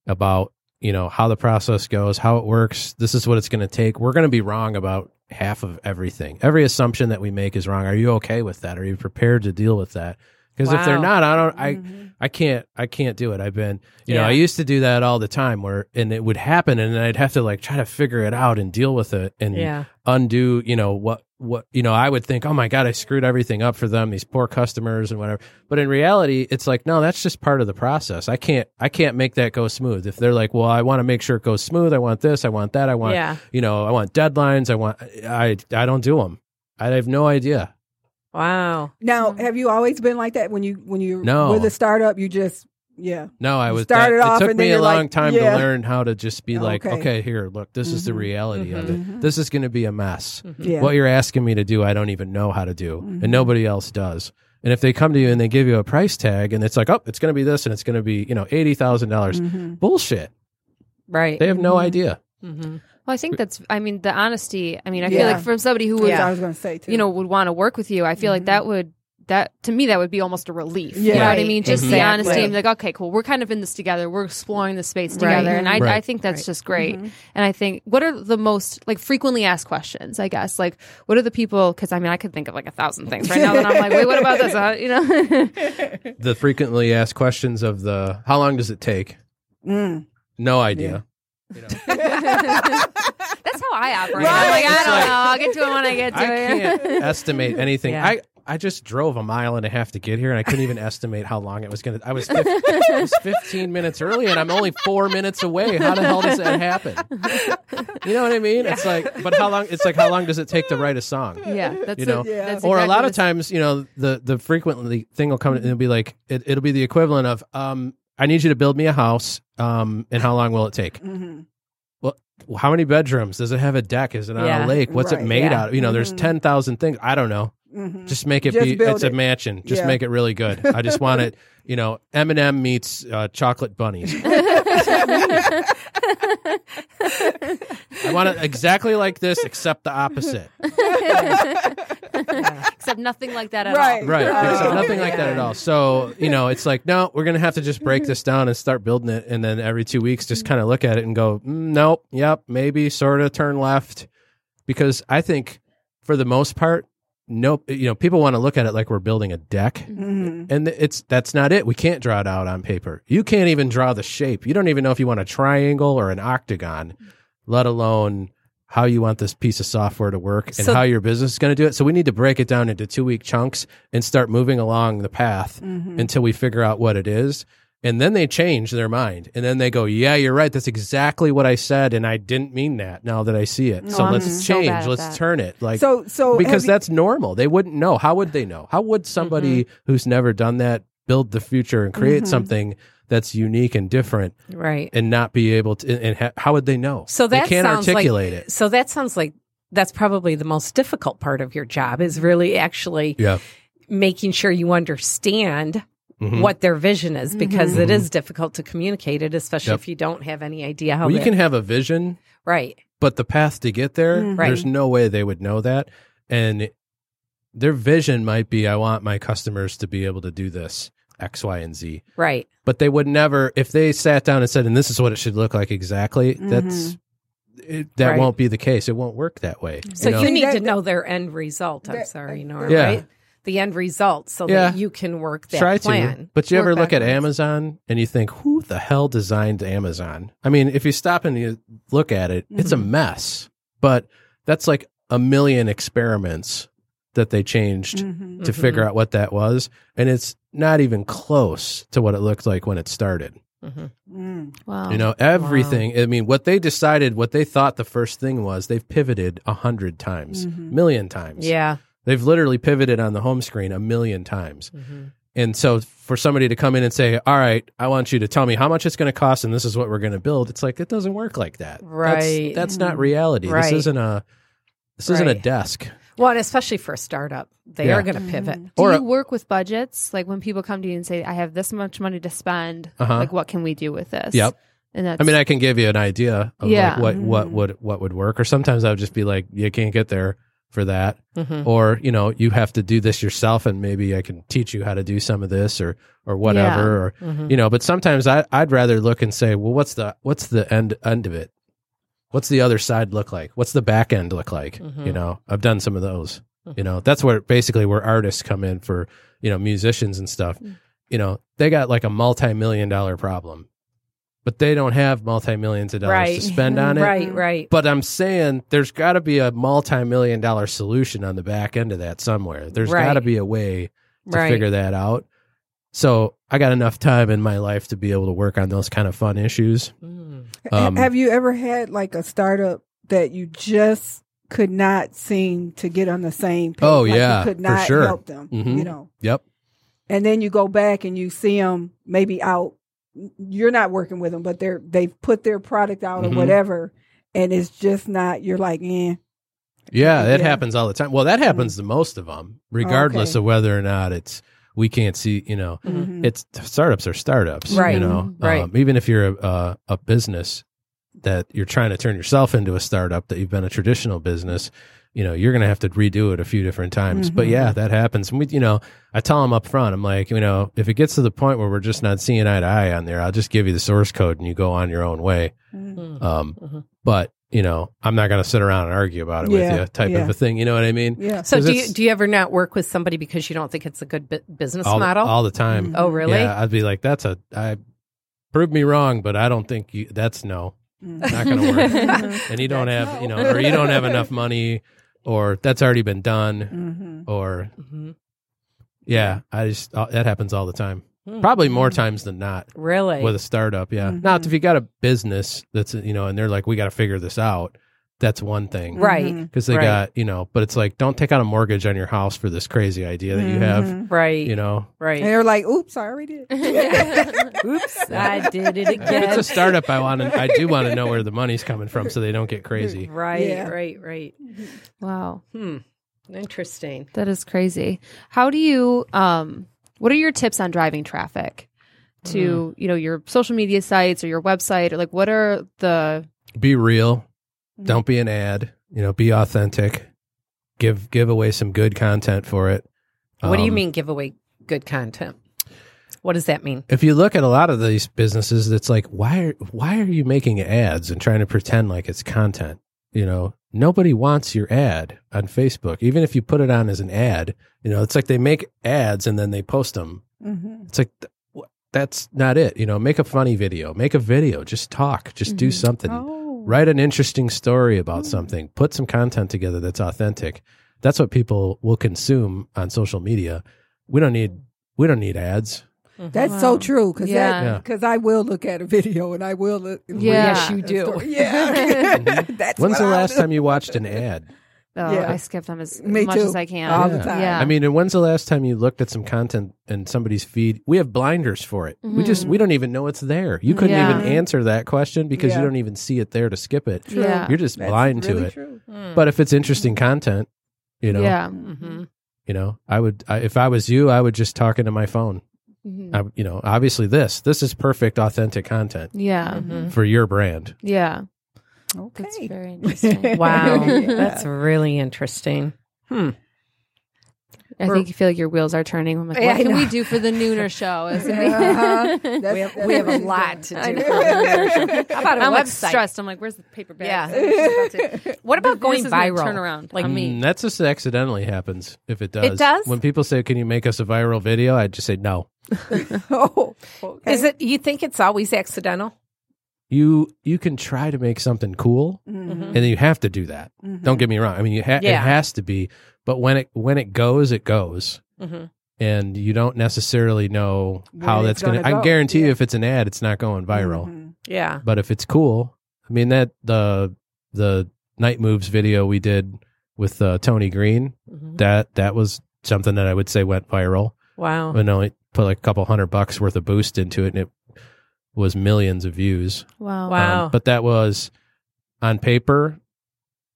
[SPEAKER 7] about you know how the process goes, how it works. This is what it's gonna take. We're gonna be wrong about half of everything. Every assumption that we make is wrong. Are you okay with that? Are you prepared to deal with that? Because if they're
[SPEAKER 5] Wow.
[SPEAKER 7] not, I don't. I I can't I can't do it. I've been you know,
[SPEAKER 5] Yeah.
[SPEAKER 7] I used to do that all the time where and it would happen and then I'd have to like try to figure it out and deal with it and
[SPEAKER 5] Yeah.
[SPEAKER 7] undo, you know, what what you know, I would think, "Oh my god, I screwed everything up for them, these poor customers and whatever." But in reality, it's like, "No, that's just part of the process. I can't I can't make that go smooth." If they're like, "Well, I want to make sure it goes smooth. I want this, I want that. I want,
[SPEAKER 5] Yeah.
[SPEAKER 7] you know, I want deadlines. I want I I don't do them. I have no idea.
[SPEAKER 5] Wow.
[SPEAKER 4] Now, have you always been like that when you when you
[SPEAKER 7] No.
[SPEAKER 4] with a startup? You just yeah.
[SPEAKER 7] No, I
[SPEAKER 4] You
[SPEAKER 7] was.
[SPEAKER 4] started
[SPEAKER 7] that,
[SPEAKER 4] off
[SPEAKER 7] it took
[SPEAKER 4] and then
[SPEAKER 7] me a
[SPEAKER 4] you're like,
[SPEAKER 7] long time
[SPEAKER 4] yeah. Oh,
[SPEAKER 7] to learn how to just be like,
[SPEAKER 4] Okay. Mm-hmm.
[SPEAKER 7] okay, here, look, this is the reality of it. This is going to be a mess.
[SPEAKER 4] Yeah. Mm-hmm.
[SPEAKER 7] What you're asking me to do, I don't even know how to do, and nobody else does. And if they come to you and they give you a price tag, and it's like, oh, it's going to be this, and it's going to be, you know, eighty dollars,
[SPEAKER 4] Mm-hmm.
[SPEAKER 7] bullshit.
[SPEAKER 5] Right.
[SPEAKER 7] They have no idea.
[SPEAKER 5] Mm-hmm.
[SPEAKER 6] Well, I think that's. I mean, the honesty. I mean, I
[SPEAKER 4] Yeah.
[SPEAKER 6] feel like from somebody who would,
[SPEAKER 4] That's what I was going to say too.
[SPEAKER 6] you know, would want to work with you, I feel like that would. That to me, that would be almost a relief. You know
[SPEAKER 4] Yeah.
[SPEAKER 6] what I mean? Just the
[SPEAKER 5] Exactly.
[SPEAKER 6] honesty. and like, okay, cool. We're kind of in this together. We're exploring the space together, and I,
[SPEAKER 7] Right.
[SPEAKER 6] I think that's just great. And I think what are the most like frequently asked questions? I guess like what are the people? Because I mean, I could think of like a thousand things right now, and I'm like, wait, what about this? Uh, you know,
[SPEAKER 7] The frequently asked questions of the how long does it take?
[SPEAKER 4] Mm.
[SPEAKER 7] No idea.
[SPEAKER 6] that's how I operate. I'm like, I don't know. I'll get to it when I get to
[SPEAKER 7] I
[SPEAKER 6] it.
[SPEAKER 7] can't estimate anything.
[SPEAKER 5] Yeah.
[SPEAKER 7] I I just drove a mile and a half to get here, and I couldn't even estimate how long it was going to. I was fif- I was fifteen minutes early, and I'm only four minutes away. How the hell does that happen? You know what I mean? It's like, but how long? It's like, how long does it take to write a song?
[SPEAKER 6] Yeah, that's
[SPEAKER 7] you know,
[SPEAKER 6] it. That's
[SPEAKER 7] or a
[SPEAKER 6] exactly
[SPEAKER 7] lot of
[SPEAKER 6] the-
[SPEAKER 7] times, you know, the the frequently thing will come and it'll be like, it, it'll be the equivalent of, um, I need you to build me a house, um, and how long will it take? Well, how many bedrooms does it have? A deck? Is it on
[SPEAKER 5] Yeah.
[SPEAKER 7] a lake? What's
[SPEAKER 4] Right,
[SPEAKER 7] it made
[SPEAKER 5] yeah.
[SPEAKER 7] out of? You know, there's ten thousand things. I don't know. Just make it
[SPEAKER 4] Just
[SPEAKER 7] be.
[SPEAKER 4] build
[SPEAKER 7] It's a
[SPEAKER 4] it.
[SPEAKER 7] mansion. Just
[SPEAKER 4] Yeah.
[SPEAKER 7] make it really good. I just want it. You know, M and M meets uh, chocolate bunnies. I want it exactly like this, except the opposite.
[SPEAKER 6] except nothing like that at
[SPEAKER 4] right,
[SPEAKER 6] all.
[SPEAKER 7] Right.
[SPEAKER 4] Uh,
[SPEAKER 7] so nothing like that at all. So, you know, it's like, no, we're going to have to just break this down and start building it. And then every two weeks, just kind of look at it and go, mm, nope, yep, maybe sort of turn left. Because I think for the most part, nope, you know, people want to look at it like we're building a deck.
[SPEAKER 4] Mm-hmm.
[SPEAKER 6] Mm-hmm.
[SPEAKER 7] And it's that's not it. We can't draw it out on paper. You can't even draw the shape. You don't even know if you want a triangle or an octagon, let alone how you want this piece of software to work and
[SPEAKER 5] So-
[SPEAKER 7] how your business is going to do it. So we need to break it down into two week chunks and start moving along the path
[SPEAKER 6] Mm-hmm.
[SPEAKER 7] until we figure out what it is. And then they change their mind. And then they go, Yeah, you're right. That's exactly what I said. And I didn't mean that now that I see it. so
[SPEAKER 6] I'm
[SPEAKER 7] let's
[SPEAKER 6] so bad
[SPEAKER 7] change.
[SPEAKER 6] at
[SPEAKER 7] let's
[SPEAKER 6] that.
[SPEAKER 7] turn it. Like
[SPEAKER 4] So- so have
[SPEAKER 7] because
[SPEAKER 4] you-
[SPEAKER 7] that's normal. They wouldn't know. How would they know? How would somebody
[SPEAKER 5] Mm-hmm.
[SPEAKER 7] who's never done that build the future and create something that's unique and different
[SPEAKER 5] Right.
[SPEAKER 7] and not be able to and, and ha- how would they know?
[SPEAKER 5] So that
[SPEAKER 7] they can't
[SPEAKER 5] sounds
[SPEAKER 7] articulate
[SPEAKER 5] like,
[SPEAKER 7] it.
[SPEAKER 5] So that sounds like that's probably the most difficult part of your job is really actually
[SPEAKER 7] Yeah.
[SPEAKER 5] making sure you understand
[SPEAKER 7] Mm-hmm.
[SPEAKER 5] what their vision is because it is difficult to communicate it, especially
[SPEAKER 7] Yep.
[SPEAKER 5] if you don't have any idea how.
[SPEAKER 7] Well, you
[SPEAKER 5] they-
[SPEAKER 7] can have a vision,
[SPEAKER 5] right.
[SPEAKER 7] but the path to get there,
[SPEAKER 5] Mm-hmm. Right.
[SPEAKER 7] there's no way they would know that. And their vision might be I want my customers to be able to do this X, Y, and Z.
[SPEAKER 5] Right.
[SPEAKER 7] But they would never, if they sat down and said, and this is what it should look like exactly, that's. It, that
[SPEAKER 5] Mm-hmm. Right.
[SPEAKER 7] won't be the case. It won't work that way.
[SPEAKER 5] So you,
[SPEAKER 7] know?
[SPEAKER 5] need
[SPEAKER 4] that-
[SPEAKER 5] to know their end result. I'm sorry, Nora.
[SPEAKER 7] Yeah.
[SPEAKER 5] Right. The end result, so
[SPEAKER 7] Yeah.
[SPEAKER 5] that you can work that
[SPEAKER 7] try
[SPEAKER 5] plan.
[SPEAKER 7] to. But you ever
[SPEAKER 4] Work
[SPEAKER 7] look at
[SPEAKER 4] backwards.
[SPEAKER 7] Amazon and you think, who the hell designed Amazon? I mean, if you stop and you look at it, it's
[SPEAKER 5] Mm-hmm.
[SPEAKER 7] a mess. But that's like a million experiments that they changed
[SPEAKER 5] Mm-hmm.
[SPEAKER 4] Mm-hmm.
[SPEAKER 7] Mm-hmm. to figure out what that was. And it's not even close to what it looked like when it started.
[SPEAKER 4] Mm-hmm.
[SPEAKER 6] Wow.
[SPEAKER 5] Oh,
[SPEAKER 7] You know, everything. I mean, what they decided, what they thought the first thing was, they've pivoted a hundred times, million times.
[SPEAKER 5] Mm-hmm. Yeah.
[SPEAKER 7] They've literally pivoted on the home screen a million times.
[SPEAKER 5] Mm-hmm.
[SPEAKER 7] And so for somebody to come in and say, all right, I want you to tell me how much it's going to cost and this is what we're going to build. It's like, it doesn't work like that. That's-
[SPEAKER 5] Right.
[SPEAKER 7] That's, not reality.
[SPEAKER 5] Right.
[SPEAKER 7] This isn't a, this isn't a
[SPEAKER 5] Right.
[SPEAKER 7] desk.
[SPEAKER 5] Well, and especially for a startup, they
[SPEAKER 7] Yeah.
[SPEAKER 5] are going to pivot.
[SPEAKER 6] Do
[SPEAKER 7] Or-
[SPEAKER 6] you work with budgets? Like when people come to you and say, "I have this much money to spend.
[SPEAKER 7] Uh-huh.
[SPEAKER 6] Like, what can we do with this?"
[SPEAKER 7] Yep.
[SPEAKER 6] And that's.
[SPEAKER 7] I mean, I can give you an idea of
[SPEAKER 6] Yeah.
[SPEAKER 7] like what, what would, what would work. Or sometimes I would just be like, you can't get there for that.
[SPEAKER 6] Mm-hmm.
[SPEAKER 7] Or, you know, you have to do this yourself and maybe I can teach you how to do some of this or, or whatever. Or,
[SPEAKER 6] Mm-hmm.
[SPEAKER 7] you know, but sometimes I, I'd rather look and say, well, what's the, what's the end, end of it? What's the other side look like? What's the back end look like?
[SPEAKER 6] Mm-hmm.
[SPEAKER 7] You know, I've done some of those, you know, that's where basically where artists come in for, you know, musicians and stuff,
[SPEAKER 5] Mm.
[SPEAKER 7] you know, they got like a multi-million dollar problem, but they don't have multi-millions of dollars
[SPEAKER 5] Right.
[SPEAKER 7] to spend on it.
[SPEAKER 5] Right, right.
[SPEAKER 7] But I'm saying there's got to be a multi-million dollar solution on the back end of that somewhere. There's
[SPEAKER 5] Right.
[SPEAKER 7] got to be a way to
[SPEAKER 5] Right.
[SPEAKER 7] figure that out. So I got enough time in my life to be able to work on those kind of fun issues.
[SPEAKER 5] Mm.
[SPEAKER 4] Ha-
[SPEAKER 7] Um,
[SPEAKER 4] Have you ever had like a startup that you just could not seem to get on the same page?
[SPEAKER 7] Oh,
[SPEAKER 4] Like,
[SPEAKER 7] yeah,
[SPEAKER 4] you could
[SPEAKER 7] for
[SPEAKER 4] not
[SPEAKER 7] sure.
[SPEAKER 4] help them.
[SPEAKER 7] Mhm.
[SPEAKER 4] You know,
[SPEAKER 7] Yep.
[SPEAKER 4] and then you go back and you see them maybe out. You're not working with them, but they're they've put their product out
[SPEAKER 7] Mhm.
[SPEAKER 4] or whatever, and it's just not. You're like, eh.
[SPEAKER 7] Yeah, that
[SPEAKER 4] Yeah.
[SPEAKER 7] happens all the time. Well,
[SPEAKER 5] Mm.
[SPEAKER 7] that happens to most of them, regardless
[SPEAKER 4] Okay.
[SPEAKER 7] of whether or not it's we can't see. You know,
[SPEAKER 6] Mm-hmm.
[SPEAKER 4] Mhm.
[SPEAKER 7] it's startups are startups, You
[SPEAKER 5] Mm. Right. Mm-hmm.
[SPEAKER 7] know,
[SPEAKER 5] Right.
[SPEAKER 7] Um, even if you're a, a a business that you're trying to turn yourself into a startup, that you've been a traditional business, you know, you're going to have to redo it a few different times.
[SPEAKER 5] Mm-hmm.
[SPEAKER 7] But yeah, that happens. And we, you know, I tell them up front, I'm like, you know, if it gets to the point where we're just not seeing eye to eye on there, I'll just give you the source code and you go on your own way.
[SPEAKER 5] Mm-hmm.
[SPEAKER 7] Um, but you know, I'm not going to sit around and argue about it
[SPEAKER 4] Yeah,
[SPEAKER 7] with you, type
[SPEAKER 4] yeah.
[SPEAKER 7] of a thing. You know what I mean?
[SPEAKER 4] Yeah.
[SPEAKER 5] So
[SPEAKER 7] 'Cause
[SPEAKER 5] do
[SPEAKER 7] it's-
[SPEAKER 5] you, do you ever not work with somebody because you don't think it's a good bu- business
[SPEAKER 7] all,
[SPEAKER 5] model?
[SPEAKER 7] all the
[SPEAKER 4] Mm-hmm.
[SPEAKER 7] time.
[SPEAKER 5] oh, really?
[SPEAKER 7] Yeah, I'd be like, that's a I prove me wrong, but I don't think you, that's no, not going to work. and you don't have you know, or you don't have enough money, or that's already been done,
[SPEAKER 4] Mm-hmm.
[SPEAKER 7] or
[SPEAKER 5] Mm-hmm.
[SPEAKER 7] yeah, I just uh, that happens all the time.
[SPEAKER 5] Hmm.
[SPEAKER 7] Probably more times than not
[SPEAKER 5] Really?
[SPEAKER 7] with a startup. Yeah, not if you got a business that's you know, and they're like, we got to figure this out. That's one thing,
[SPEAKER 5] right,
[SPEAKER 6] Mm-hmm.
[SPEAKER 7] Because they
[SPEAKER 5] Right.
[SPEAKER 7] got you know, but it's like, don't take out a mortgage on your house for this crazy idea that you
[SPEAKER 4] Mm-hmm.
[SPEAKER 7] have.
[SPEAKER 5] right,
[SPEAKER 7] You know,
[SPEAKER 5] right.
[SPEAKER 4] And they're like, oops, I already did.
[SPEAKER 5] Oops, I did it
[SPEAKER 7] If it's
[SPEAKER 5] again.
[SPEAKER 7] a startup, I want to, I do want to know where the money's coming from so they don't get crazy.
[SPEAKER 5] right,
[SPEAKER 4] Yeah.
[SPEAKER 5] right, right.
[SPEAKER 6] wow.
[SPEAKER 5] Interesting.
[SPEAKER 6] That is crazy. How do you um what are your tips on driving traffic to,
[SPEAKER 5] Mm.
[SPEAKER 6] you know, your social media sites or your website or like what are the
[SPEAKER 7] Be real. Don't be an ad. You know, be authentic. Give give away some good content for it.
[SPEAKER 5] what do you
[SPEAKER 7] Um,
[SPEAKER 5] mean give away good content? What does that mean?
[SPEAKER 7] If you look at a lot of these businesses, it's like why are why are you making ads and trying to pretend like it's content? You know, nobody wants your ad on Facebook, even if you put it on as an ad. You know, it's like they make ads and then they post them
[SPEAKER 4] Mm-hmm.
[SPEAKER 7] It's like th- wh- that's not it. You know, make a funny video, make a video, just talk, just
[SPEAKER 4] Mm-hmm.
[SPEAKER 7] do something.
[SPEAKER 4] Oh.
[SPEAKER 7] Write an interesting story about
[SPEAKER 4] Mm.
[SPEAKER 7] something. Put some content together that's authentic. That's what people will consume on social media. We don't need we don't need ads.
[SPEAKER 4] That's so true. Because
[SPEAKER 6] Yeah. Yeah.
[SPEAKER 4] because I will look at a video and I will uh, look.
[SPEAKER 6] Yes,
[SPEAKER 5] you do.
[SPEAKER 4] Yeah. That's
[SPEAKER 7] Mm-hmm. When's
[SPEAKER 4] what
[SPEAKER 7] the
[SPEAKER 4] I'll
[SPEAKER 7] last
[SPEAKER 4] do.
[SPEAKER 7] time you watched an ad?
[SPEAKER 6] oh,
[SPEAKER 4] Yeah.
[SPEAKER 6] I skip them as
[SPEAKER 4] Me
[SPEAKER 6] much
[SPEAKER 4] too.
[SPEAKER 6] as I can.
[SPEAKER 4] All
[SPEAKER 7] the
[SPEAKER 4] time.
[SPEAKER 6] Yeah.
[SPEAKER 7] I mean, and when's the last time you looked at some content in somebody's feed? We have blinders for it. We
[SPEAKER 4] Mm-hmm.
[SPEAKER 7] just we don't even know it's there. You couldn't
[SPEAKER 6] Yeah.
[SPEAKER 7] even answer that question because
[SPEAKER 4] Yeah.
[SPEAKER 7] you don't even see it there to skip it.
[SPEAKER 6] Yeah.
[SPEAKER 7] You're just
[SPEAKER 4] That's
[SPEAKER 7] blind
[SPEAKER 4] really
[SPEAKER 7] to it.
[SPEAKER 4] True.
[SPEAKER 7] But if it's interesting content, you know,
[SPEAKER 6] Mm-hmm. Yeah.
[SPEAKER 7] you know, I would, I, if I was you, I would just talk into my phone.
[SPEAKER 6] Mm-hmm.
[SPEAKER 7] I, you know, obviously this, this is perfect, authentic content
[SPEAKER 6] Yeah.
[SPEAKER 7] for your brand.
[SPEAKER 6] Yeah.
[SPEAKER 4] Okay.
[SPEAKER 6] That's very interesting.
[SPEAKER 5] Wow,
[SPEAKER 4] Yeah.
[SPEAKER 5] that's really interesting.
[SPEAKER 6] I think you feel like your wheels are turning. I'm like,
[SPEAKER 5] Yeah,
[SPEAKER 6] what
[SPEAKER 5] I
[SPEAKER 6] can we
[SPEAKER 5] know.
[SPEAKER 6] do for the nooner show? It's gonna be-
[SPEAKER 4] Uh-huh. That's-
[SPEAKER 5] We have,
[SPEAKER 4] that's
[SPEAKER 5] we have a
[SPEAKER 4] what she's
[SPEAKER 5] lot
[SPEAKER 4] doing.
[SPEAKER 5] to do. for the commercial. How about a
[SPEAKER 6] I'm like
[SPEAKER 5] website?
[SPEAKER 6] stressed. I'm like, where's the paper bag?
[SPEAKER 5] yeah. what about going
[SPEAKER 6] This is my
[SPEAKER 5] viral?
[SPEAKER 6] turnaround. Like
[SPEAKER 5] Like-
[SPEAKER 6] me.
[SPEAKER 7] Mm, that's just accidentally happens if it does.
[SPEAKER 6] does?
[SPEAKER 7] When people say, can you make us a viral video? I just say, no,
[SPEAKER 4] Oh, okay.
[SPEAKER 5] Is it? You think it's always accidental?
[SPEAKER 7] you, you can try to make something cool
[SPEAKER 4] Mm-hmm.
[SPEAKER 5] Mm-hmm.
[SPEAKER 7] and then you have to do that. Don't get me wrong. I mean, you ha-
[SPEAKER 5] Yeah.
[SPEAKER 7] it has to be, but when it, when it goes, it goes. and you don't necessarily know how
[SPEAKER 4] Mm-hmm. it's
[SPEAKER 7] that's going to.
[SPEAKER 4] gonna
[SPEAKER 7] I
[SPEAKER 4] go.
[SPEAKER 7] can guarantee
[SPEAKER 4] Yeah.
[SPEAKER 7] you, if it's an ad, it's not going viral.
[SPEAKER 4] Mhm.
[SPEAKER 5] Yeah.
[SPEAKER 7] But if it's cool, I mean that the the night moves video we did with uh, Tony Green
[SPEAKER 5] Mm-hmm.
[SPEAKER 4] Mm-hmm.
[SPEAKER 7] that that was something that I would say went viral.
[SPEAKER 5] Wow.
[SPEAKER 7] I know it put like a couple hundred bucks worth of boost into it, and it was millions of views.
[SPEAKER 6] Wow.
[SPEAKER 5] Wow.
[SPEAKER 7] Um, but that was on paper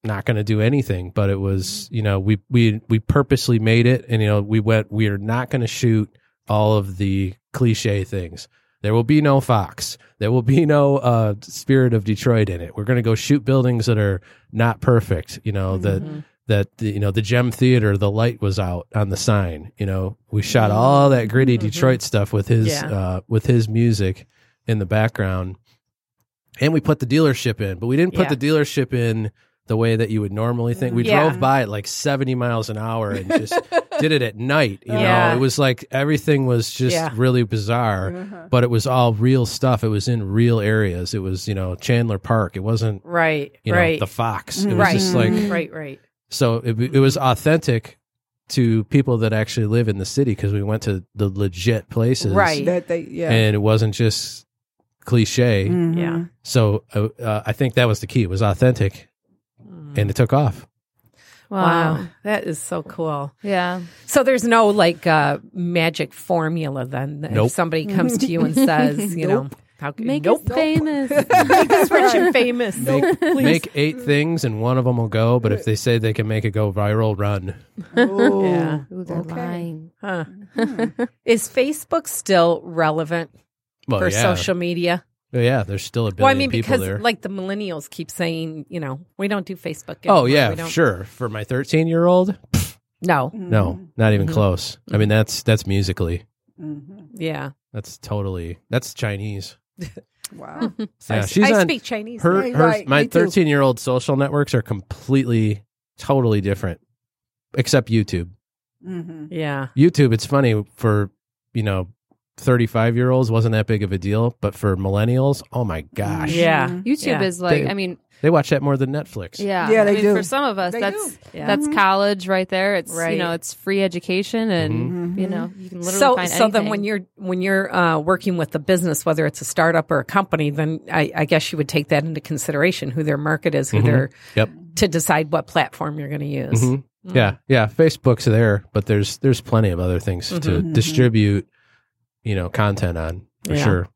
[SPEAKER 7] not going to do anything but it was
[SPEAKER 5] Mm-hmm.
[SPEAKER 7] you know we we we purposely made it and you know we went we are not going to shoot all of the cliche things there will be no fox there will be no uh spirit of detroit in it we're going to go shoot buildings that are not perfect you know
[SPEAKER 5] Mm-hmm.
[SPEAKER 7] that that the, you know the gem theater the light was out on the sign you know we shot all that gritty detroit stuff with his
[SPEAKER 5] Mm-hmm. Yeah.
[SPEAKER 7] uh with his music in the background and we put the dealership in, but we didn't put
[SPEAKER 5] Yeah.
[SPEAKER 7] the dealership in the way that you would normally think. We
[SPEAKER 6] Yeah.
[SPEAKER 7] drove by it like 70 miles an hour and just did it at night. You
[SPEAKER 5] Yeah.
[SPEAKER 7] know, it was like everything was just
[SPEAKER 5] Yeah. Mm-hmm.
[SPEAKER 7] really bizarre, but it was all real stuff. It was in real areas. It was, you know, Chandler Park. It wasn't,
[SPEAKER 5] Right.
[SPEAKER 7] you
[SPEAKER 5] right. Mm-hmm.
[SPEAKER 7] know, the Fox. It was
[SPEAKER 5] right.
[SPEAKER 7] just like,
[SPEAKER 5] right. Right.
[SPEAKER 7] so it, it was authentic to people that actually live in the city because we went to the legit places.
[SPEAKER 5] Right.
[SPEAKER 4] That they, yeah.
[SPEAKER 7] And it wasn't just cliche.
[SPEAKER 5] Mm-hmm.
[SPEAKER 4] Mhm.
[SPEAKER 5] Yeah.
[SPEAKER 7] So uh, uh, I think that was the key. It was authentic, and it took off.
[SPEAKER 5] Wow. That is so cool.
[SPEAKER 6] Yeah.
[SPEAKER 5] So there's no like uh, magic formula then.
[SPEAKER 7] Nope.
[SPEAKER 5] If somebody comes to you and says, you know, how can
[SPEAKER 6] Make
[SPEAKER 5] nope.
[SPEAKER 6] us famous.
[SPEAKER 5] Make us rich and famous.
[SPEAKER 7] Make, make eight
[SPEAKER 5] Mm.
[SPEAKER 7] things, and one of them will go. But if they say they can make it go viral, run.
[SPEAKER 4] Ooh.
[SPEAKER 5] Yeah.
[SPEAKER 6] Ooh, they're lying.
[SPEAKER 5] Huh.
[SPEAKER 6] Mm-hmm.
[SPEAKER 5] Is Facebook still relevant
[SPEAKER 7] Well,
[SPEAKER 5] for
[SPEAKER 7] Oh, yeah,
[SPEAKER 5] social media?
[SPEAKER 7] yeah. There's still a billion
[SPEAKER 5] Well, I mean,
[SPEAKER 7] people
[SPEAKER 5] because
[SPEAKER 7] there.
[SPEAKER 5] like the millennials keep saying, you know, we don't do Facebook.
[SPEAKER 7] oh
[SPEAKER 5] anymore. We
[SPEAKER 7] yeah,
[SPEAKER 5] don't-
[SPEAKER 7] sure. For my 13 year old,
[SPEAKER 5] No,
[SPEAKER 4] Mm-hmm.
[SPEAKER 7] no, not
[SPEAKER 5] Mm-hmm.
[SPEAKER 7] even close. I mean, that's that's musically.
[SPEAKER 4] Mm-hmm.
[SPEAKER 5] yeah.
[SPEAKER 7] That's totally. That's Chinese.
[SPEAKER 4] Wow. Mm-hmm.
[SPEAKER 5] So I
[SPEAKER 7] Yeah,
[SPEAKER 5] s-
[SPEAKER 7] she's
[SPEAKER 5] I
[SPEAKER 7] on
[SPEAKER 5] speak Chinese.
[SPEAKER 7] Her,
[SPEAKER 4] Right,
[SPEAKER 7] her,
[SPEAKER 4] right,
[SPEAKER 7] my
[SPEAKER 4] me too.
[SPEAKER 7] 13 year old social networks are completely, totally different, except YouTube.
[SPEAKER 4] hmm
[SPEAKER 5] yeah,
[SPEAKER 7] YouTube, it's funny for, you know, 35 year olds wasn't that big of a deal, but for millennials, oh my
[SPEAKER 4] Mm-hmm.
[SPEAKER 7] gosh.
[SPEAKER 5] Mm-hmm. yeah,
[SPEAKER 6] YouTube
[SPEAKER 5] Yeah.
[SPEAKER 6] is like,
[SPEAKER 7] They-
[SPEAKER 6] I mean,
[SPEAKER 7] They watch that more than Netflix.
[SPEAKER 6] yeah.
[SPEAKER 4] Yeah,
[SPEAKER 6] I
[SPEAKER 4] they
[SPEAKER 6] mean,
[SPEAKER 4] do.
[SPEAKER 6] For some of us,
[SPEAKER 4] They
[SPEAKER 6] that's
[SPEAKER 4] do.
[SPEAKER 5] Yeah.
[SPEAKER 6] that's college right there. It's
[SPEAKER 5] Mm-hmm. Right.
[SPEAKER 6] you know, it's free education, and
[SPEAKER 7] Mm-hmm.
[SPEAKER 6] you know, you can literally
[SPEAKER 5] so
[SPEAKER 6] find
[SPEAKER 5] so then
[SPEAKER 6] anything.
[SPEAKER 5] when you're when you're uh, working with the business, whether it's a startup or a company, then I, I guess you would take that into consideration who their market is, who
[SPEAKER 7] Mm-hmm.
[SPEAKER 5] they're
[SPEAKER 7] Yep.
[SPEAKER 5] to decide what platform you're going to use.
[SPEAKER 7] Mhm.
[SPEAKER 5] mm.
[SPEAKER 7] Yeah. Yeah. Facebook's there, but there's there's plenty of other things
[SPEAKER 5] Mm-hmm.
[SPEAKER 7] to distribute, you know, content on for
[SPEAKER 5] Yeah.
[SPEAKER 7] sure.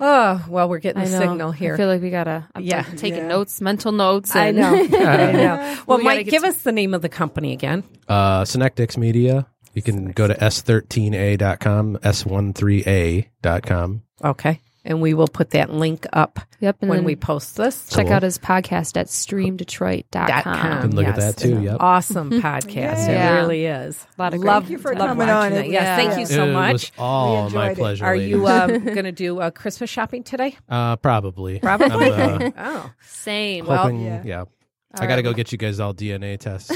[SPEAKER 5] Oh well, we're getting
[SPEAKER 6] I
[SPEAKER 5] a
[SPEAKER 6] know.
[SPEAKER 5] signal here.
[SPEAKER 6] I feel like we gotta. I'm
[SPEAKER 5] Yeah.
[SPEAKER 6] like taking notes, mental notes.
[SPEAKER 5] I
[SPEAKER 6] and-
[SPEAKER 5] know. I know. Well,
[SPEAKER 6] We gotta
[SPEAKER 5] Mike,
[SPEAKER 6] get
[SPEAKER 5] give
[SPEAKER 6] to-
[SPEAKER 5] us the name of the company again.
[SPEAKER 7] Uh Synectics Media. You can go to s13a.com, s13a.com.
[SPEAKER 5] Okay. And we will put that link up
[SPEAKER 6] Yep. And
[SPEAKER 5] when
[SPEAKER 6] then
[SPEAKER 5] we post this.
[SPEAKER 6] check
[SPEAKER 7] Cool.
[SPEAKER 6] out his podcast at streamdetroit.com.
[SPEAKER 5] Dot com.
[SPEAKER 7] Can look at
[SPEAKER 5] Yes.
[SPEAKER 7] that too, yep.
[SPEAKER 5] Awesome podcast.
[SPEAKER 6] Yeah.
[SPEAKER 5] It really is.
[SPEAKER 6] A lot of great-
[SPEAKER 5] love
[SPEAKER 6] Thank you
[SPEAKER 4] for
[SPEAKER 5] love
[SPEAKER 4] coming
[SPEAKER 5] watching
[SPEAKER 4] on.
[SPEAKER 5] it. Yes,
[SPEAKER 6] Yeah.
[SPEAKER 5] thank you so
[SPEAKER 7] it
[SPEAKER 5] much.
[SPEAKER 7] was all
[SPEAKER 4] We
[SPEAKER 7] my
[SPEAKER 4] enjoyed it.
[SPEAKER 7] pleasure.
[SPEAKER 5] Are you
[SPEAKER 7] ladies.
[SPEAKER 5] um, going to do uh, Christmas shopping today?
[SPEAKER 7] uh probably.
[SPEAKER 5] Probably.
[SPEAKER 7] I'm, uh,
[SPEAKER 5] Oh.
[SPEAKER 6] Same.
[SPEAKER 7] hoping, yeah. I got to
[SPEAKER 6] right.
[SPEAKER 7] go get you guys all DNA tests.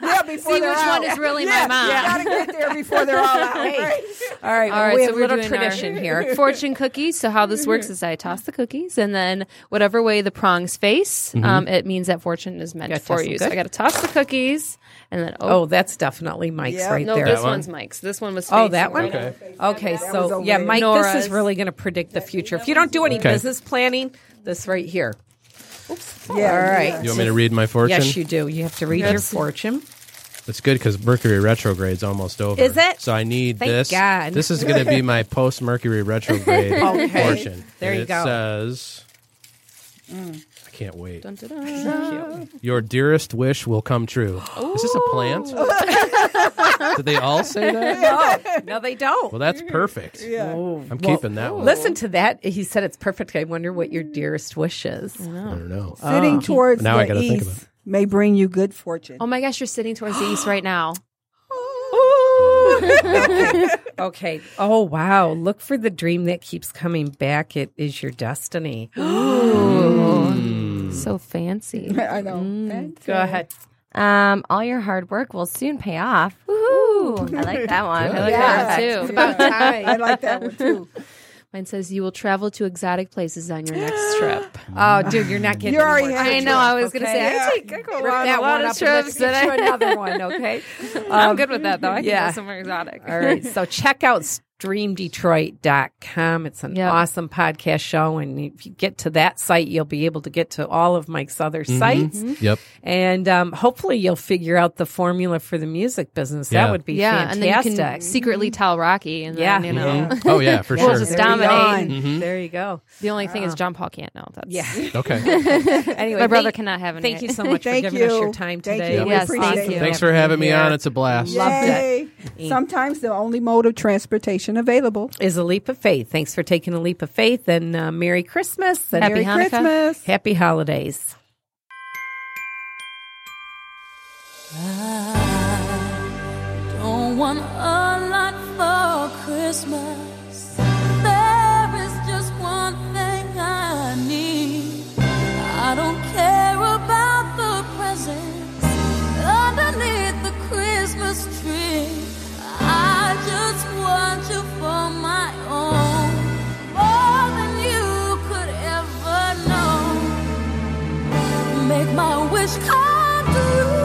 [SPEAKER 4] Yeah, before
[SPEAKER 6] See which
[SPEAKER 4] they're out.
[SPEAKER 6] one is really my mom.
[SPEAKER 4] Gotta get there before they're all out. right?
[SPEAKER 5] Oh. All right.
[SPEAKER 6] All right,
[SPEAKER 5] we
[SPEAKER 6] so
[SPEAKER 5] have a
[SPEAKER 6] we're
[SPEAKER 5] little
[SPEAKER 6] doing our
[SPEAKER 5] tradition here.
[SPEAKER 6] Fortune cookies. So how this works is I toss the cookies, and then whatever way the prongs face,
[SPEAKER 7] Mm-hmm.
[SPEAKER 6] um, it means that fortune is meant
[SPEAKER 5] Gotta
[SPEAKER 6] for
[SPEAKER 5] toss them
[SPEAKER 6] you.
[SPEAKER 5] good.
[SPEAKER 6] So I got to toss the cookies, and then oh,
[SPEAKER 5] Oh, that's definitely Mike's
[SPEAKER 4] Yeah.
[SPEAKER 5] right
[SPEAKER 6] no,
[SPEAKER 5] there.
[SPEAKER 6] this
[SPEAKER 7] one?
[SPEAKER 6] one's Mike's. This one was
[SPEAKER 5] Oh,
[SPEAKER 6] facing
[SPEAKER 5] that one.
[SPEAKER 6] right
[SPEAKER 5] Okay,
[SPEAKER 4] was
[SPEAKER 5] so
[SPEAKER 4] over
[SPEAKER 5] yeah,
[SPEAKER 4] there.
[SPEAKER 5] Mike, this
[SPEAKER 6] Nora's.
[SPEAKER 5] is really going to predict the future. If you don't do any
[SPEAKER 7] Okay.
[SPEAKER 5] business planning, this right here. Oops.
[SPEAKER 4] Yeah,
[SPEAKER 5] All right.
[SPEAKER 7] You want me to read my fortune?
[SPEAKER 5] Yes, you do. You have to read your fortune.
[SPEAKER 7] It's good because Mercury retrograde's almost over.
[SPEAKER 5] Is it?
[SPEAKER 7] So I need
[SPEAKER 5] Thank
[SPEAKER 7] this.
[SPEAKER 5] God.
[SPEAKER 7] This is going to be my post Mercury retrograde
[SPEAKER 5] Okay.
[SPEAKER 7] fortune.
[SPEAKER 5] There
[SPEAKER 7] And
[SPEAKER 5] you
[SPEAKER 7] it
[SPEAKER 5] go. Mm.
[SPEAKER 7] says, I can't wait.
[SPEAKER 6] Dun-dun-dun.
[SPEAKER 7] Your dearest wish will come true. Is this a plant? Did they all say that?
[SPEAKER 5] No, Oh, no, they don't.
[SPEAKER 7] Well, that's perfect.
[SPEAKER 4] Yeah.
[SPEAKER 7] I'm keeping that one.
[SPEAKER 6] Oh.
[SPEAKER 5] Listen to that. He said it's perfect. I wonder what your dearest wish is.
[SPEAKER 7] I don't know.
[SPEAKER 4] Sitting towards
[SPEAKER 7] Oh. Now I
[SPEAKER 4] the
[SPEAKER 7] gotta
[SPEAKER 4] east
[SPEAKER 7] think about it.
[SPEAKER 4] may bring you good fortune.
[SPEAKER 6] Oh my gosh, you're sitting towards the east right now. Oh.
[SPEAKER 5] Okay. Oh wow. Look for the dream that keeps coming back. It is your destiny. Go
[SPEAKER 6] So fancy.
[SPEAKER 4] I know. Thank you.
[SPEAKER 5] ahead.
[SPEAKER 9] Um, all your hard work will soon pay off. Woohoo! I like that one.
[SPEAKER 6] I like that one too.
[SPEAKER 4] I like that one too.
[SPEAKER 6] Mine says you will travel to exotic places on your next trip.
[SPEAKER 10] Oh, dude, you're not getting.
[SPEAKER 4] You already
[SPEAKER 10] any more
[SPEAKER 4] had
[SPEAKER 10] trips,
[SPEAKER 4] I
[SPEAKER 6] know, I was gonna
[SPEAKER 10] okay?
[SPEAKER 6] say, I take- I go
[SPEAKER 10] Rip
[SPEAKER 6] on a
[SPEAKER 10] that one up
[SPEAKER 6] lot of
[SPEAKER 10] and let's
[SPEAKER 6] trips
[SPEAKER 10] get
[SPEAKER 6] that
[SPEAKER 10] you
[SPEAKER 6] I-
[SPEAKER 10] another one, okay?
[SPEAKER 6] I'm good with that though. I can
[SPEAKER 10] yeah.
[SPEAKER 6] go somewhere exotic.
[SPEAKER 5] Um, All right. So check out streamdetroit.com. It's an
[SPEAKER 6] Yeah.
[SPEAKER 5] awesome podcast show. And if you get to that site, you'll be able to get to all of Mike's other
[SPEAKER 6] Mm-hmm.
[SPEAKER 5] sites.
[SPEAKER 7] Yep.
[SPEAKER 5] And um, hopefully you'll figure out the formula for the music business.
[SPEAKER 7] Yeah.
[SPEAKER 5] That would be
[SPEAKER 6] yeah, and then
[SPEAKER 5] fantastic. Mm-hmm.
[SPEAKER 6] you can secretly tell Rocky, and
[SPEAKER 5] Yeah.
[SPEAKER 6] then you know
[SPEAKER 7] Oh yeah, for
[SPEAKER 6] we'll
[SPEAKER 7] sure.
[SPEAKER 6] just
[SPEAKER 5] There you go.
[SPEAKER 6] dominate.
[SPEAKER 5] There you go.
[SPEAKER 6] The only thing is John Paul can't know. That's
[SPEAKER 5] Yeah.
[SPEAKER 7] Okay.
[SPEAKER 5] Anyway,
[SPEAKER 6] my brother
[SPEAKER 5] thank-
[SPEAKER 6] cannot have any.
[SPEAKER 5] Thank you so much for
[SPEAKER 4] Thank
[SPEAKER 5] giving us your
[SPEAKER 4] you.
[SPEAKER 5] time
[SPEAKER 4] Thank
[SPEAKER 5] today.
[SPEAKER 4] you.
[SPEAKER 6] We Yes, appreciate
[SPEAKER 5] awesome
[SPEAKER 6] you.
[SPEAKER 7] Thanks for having me
[SPEAKER 5] here.
[SPEAKER 7] on. It's a blast.
[SPEAKER 5] Loved Mm.
[SPEAKER 4] Yay. Sometimes the only mode of transportation available.
[SPEAKER 5] Is a leap of faith. Thanks for taking a leap of faith and uh, Merry Christmas and
[SPEAKER 6] Happy
[SPEAKER 5] Merry
[SPEAKER 6] Hanukkah.
[SPEAKER 5] Christmas. Happy holidays.
[SPEAKER 11] Don't want a lot for Christmas. There is just one thing I need. I don't care about the presents underneath the Christmas tree. I just want you for my own, more than you could ever know. Make my wish come true.